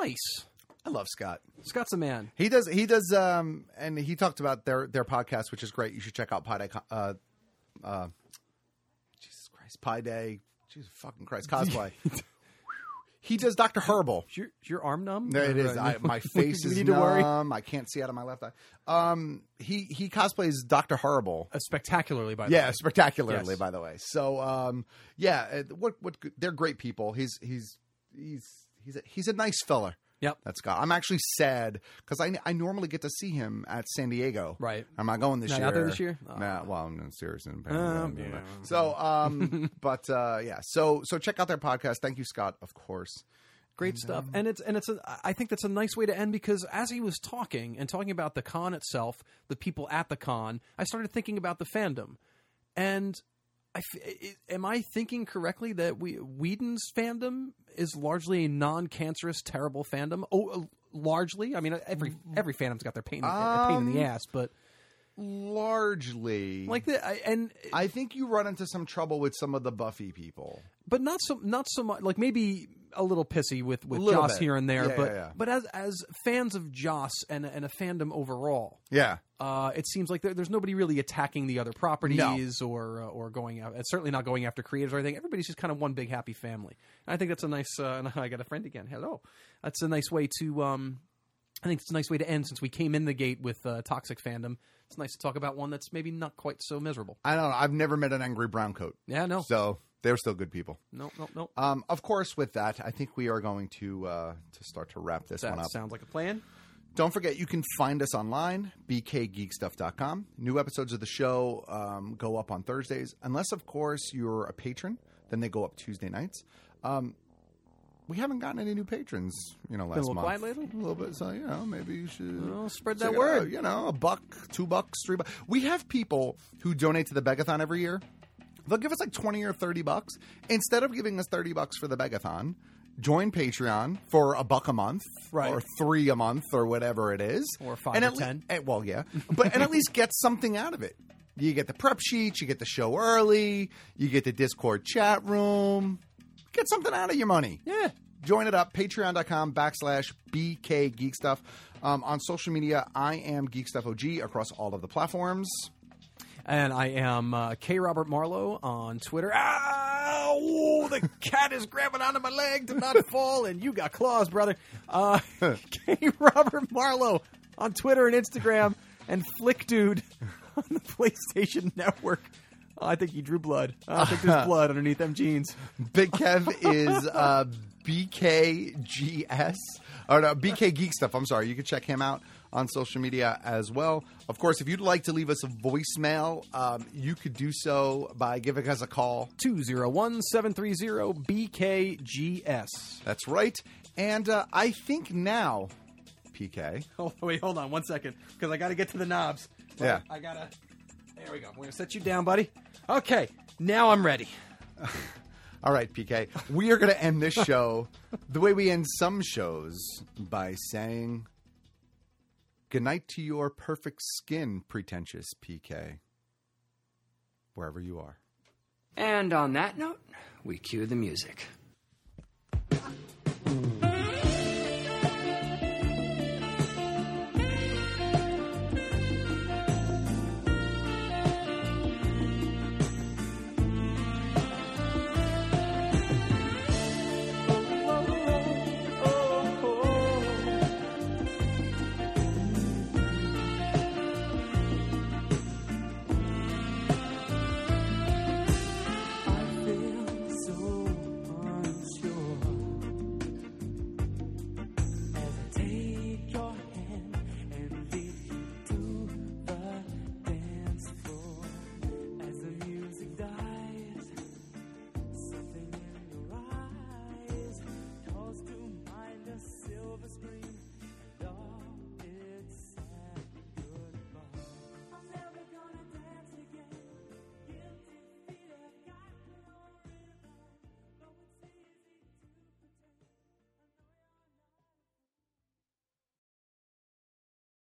Nice.
I love Scott.
Scott's a man.
He does. He does. Um, and he talked about their their podcast, which is great. You should check out Pi Day. Co- Uh, uh, Jesus Christ, Pi Day. Jesus fucking Christ, cosplay. he does Doctor Herbal.
Is your, is your arm numb?
There it
Or,
is.
uh,
I, my face
we
is
need
numb.
to worry.
I can't see out of my left eye. Um, he he cosplays Doctor Horrible.
uh, spectacularly, by the
yeah,
way.
spectacularly.
Yes.
By the way, so um, yeah, uh, what what they're great people. He's he's he's he's a, he's a nice fella.
Yep,
that's God. I'm actually sad because I, I normally get to see him at San Diego.
Right.
I'm not going this
Not
year. Oh.
out there this year?
Nah, well, I'm serious. And
Um,
So um, but uh, yeah, so so check out their podcast. Thank you, Scott. Of course.
great stuff and it's and it's a, i think that's a nice way to end because as he was talking and talking about the con itself the people at the con i started thinking about the fandom and I f- i- am i thinking correctly that we Whedon's fandom is largely a non-cancerous terrible fandom oh uh, largely i mean every every fandom's got their pain, a pain in the
Um,
ass but
largely
like the I, and
I think you run into some trouble with some of the Buffy people.
but not so not so much like maybe a little pissy with with
Little
Joss
bit.
here and there,
Yeah,
but
yeah, yeah.
but as as fans of Joss and and a fandom overall,
Yeah.
uh, it seems like there, there's nobody really attacking the other properties or uh, or going out, and certainly not going after creators or anything. Everybody's just kind of one big happy family. And I think that's a nice. Uh, I got a friend again. Hello, that's a nice way to. Um, I think it's a nice way to end since we came in the gate with uh, toxic fandom. It's nice to talk about one that's maybe not quite so miserable.
I don't know. I've never met an angry brown coat.
Yeah, no.
So they're still good people.
No, no, no.
Um, of course, with that, I think we are going to uh, to start to wrap this one
That
up.
sounds like a plan.
Don't forget, you can find us online, bkgeekstuff.com. New episodes of the show um, go up on Thursdays, unless, of course, you're a patron. Then they go up Tuesday nights. Um, we haven't gotten any new patrons, you know, last
Been a little
month.
quiet lately.
A little bit, so you know, maybe you should
Well, spread
check
that
it
word.
out. You know, a buck, two bucks, three bucks. We have people who donate to the Begathon every year. They'll give us like twenty or thirty bucks instead of giving us thirty bucks for the Begathon. Join Patreon for a buck a month,
Right.
or three a month, or whatever it is,
Or five
and
or
at lea-
ten.
eh, well, yeah, but and at least get something out of it. You get the prep sheet, you get the show early, you get the Discord chat room. Get something out of your money.
Yeah.
Join it up, patreon.com backslash BK Geek Stuff. Um, on social media, I am Geek Stuff OG across all of the platforms.
And I am uh, K. Robert Marlowe on Twitter. Ow! The cat is grabbing onto my leg to not fall, and you got claws, brother. Uh, K. Robert Marlowe on Twitter and Instagram, and Flick Dude on the PlayStation Network. Oh, I think he drew blood. I think there's blood underneath them jeans.
Big Kev is uh, BKGS, or Oh, no, BK Geek Stuff. I'm sorry. You can check him out on social media as well. Of course, if you'd like to leave us a voicemail, um, you could do so by giving us a call
201 730 BKGS.
That's right. And uh, I think now, PK.
Oh, wait, hold on one second, because I got to get to the knobs.
Yeah.
I got to. There we go. We're going to set you down, buddy. Okay, now I'm ready.
All right, PK. We are going to end this show the way we end some shows by saying goodnight to your perfect skin, pretentious PK, wherever you are.
And on that note, we cue the music.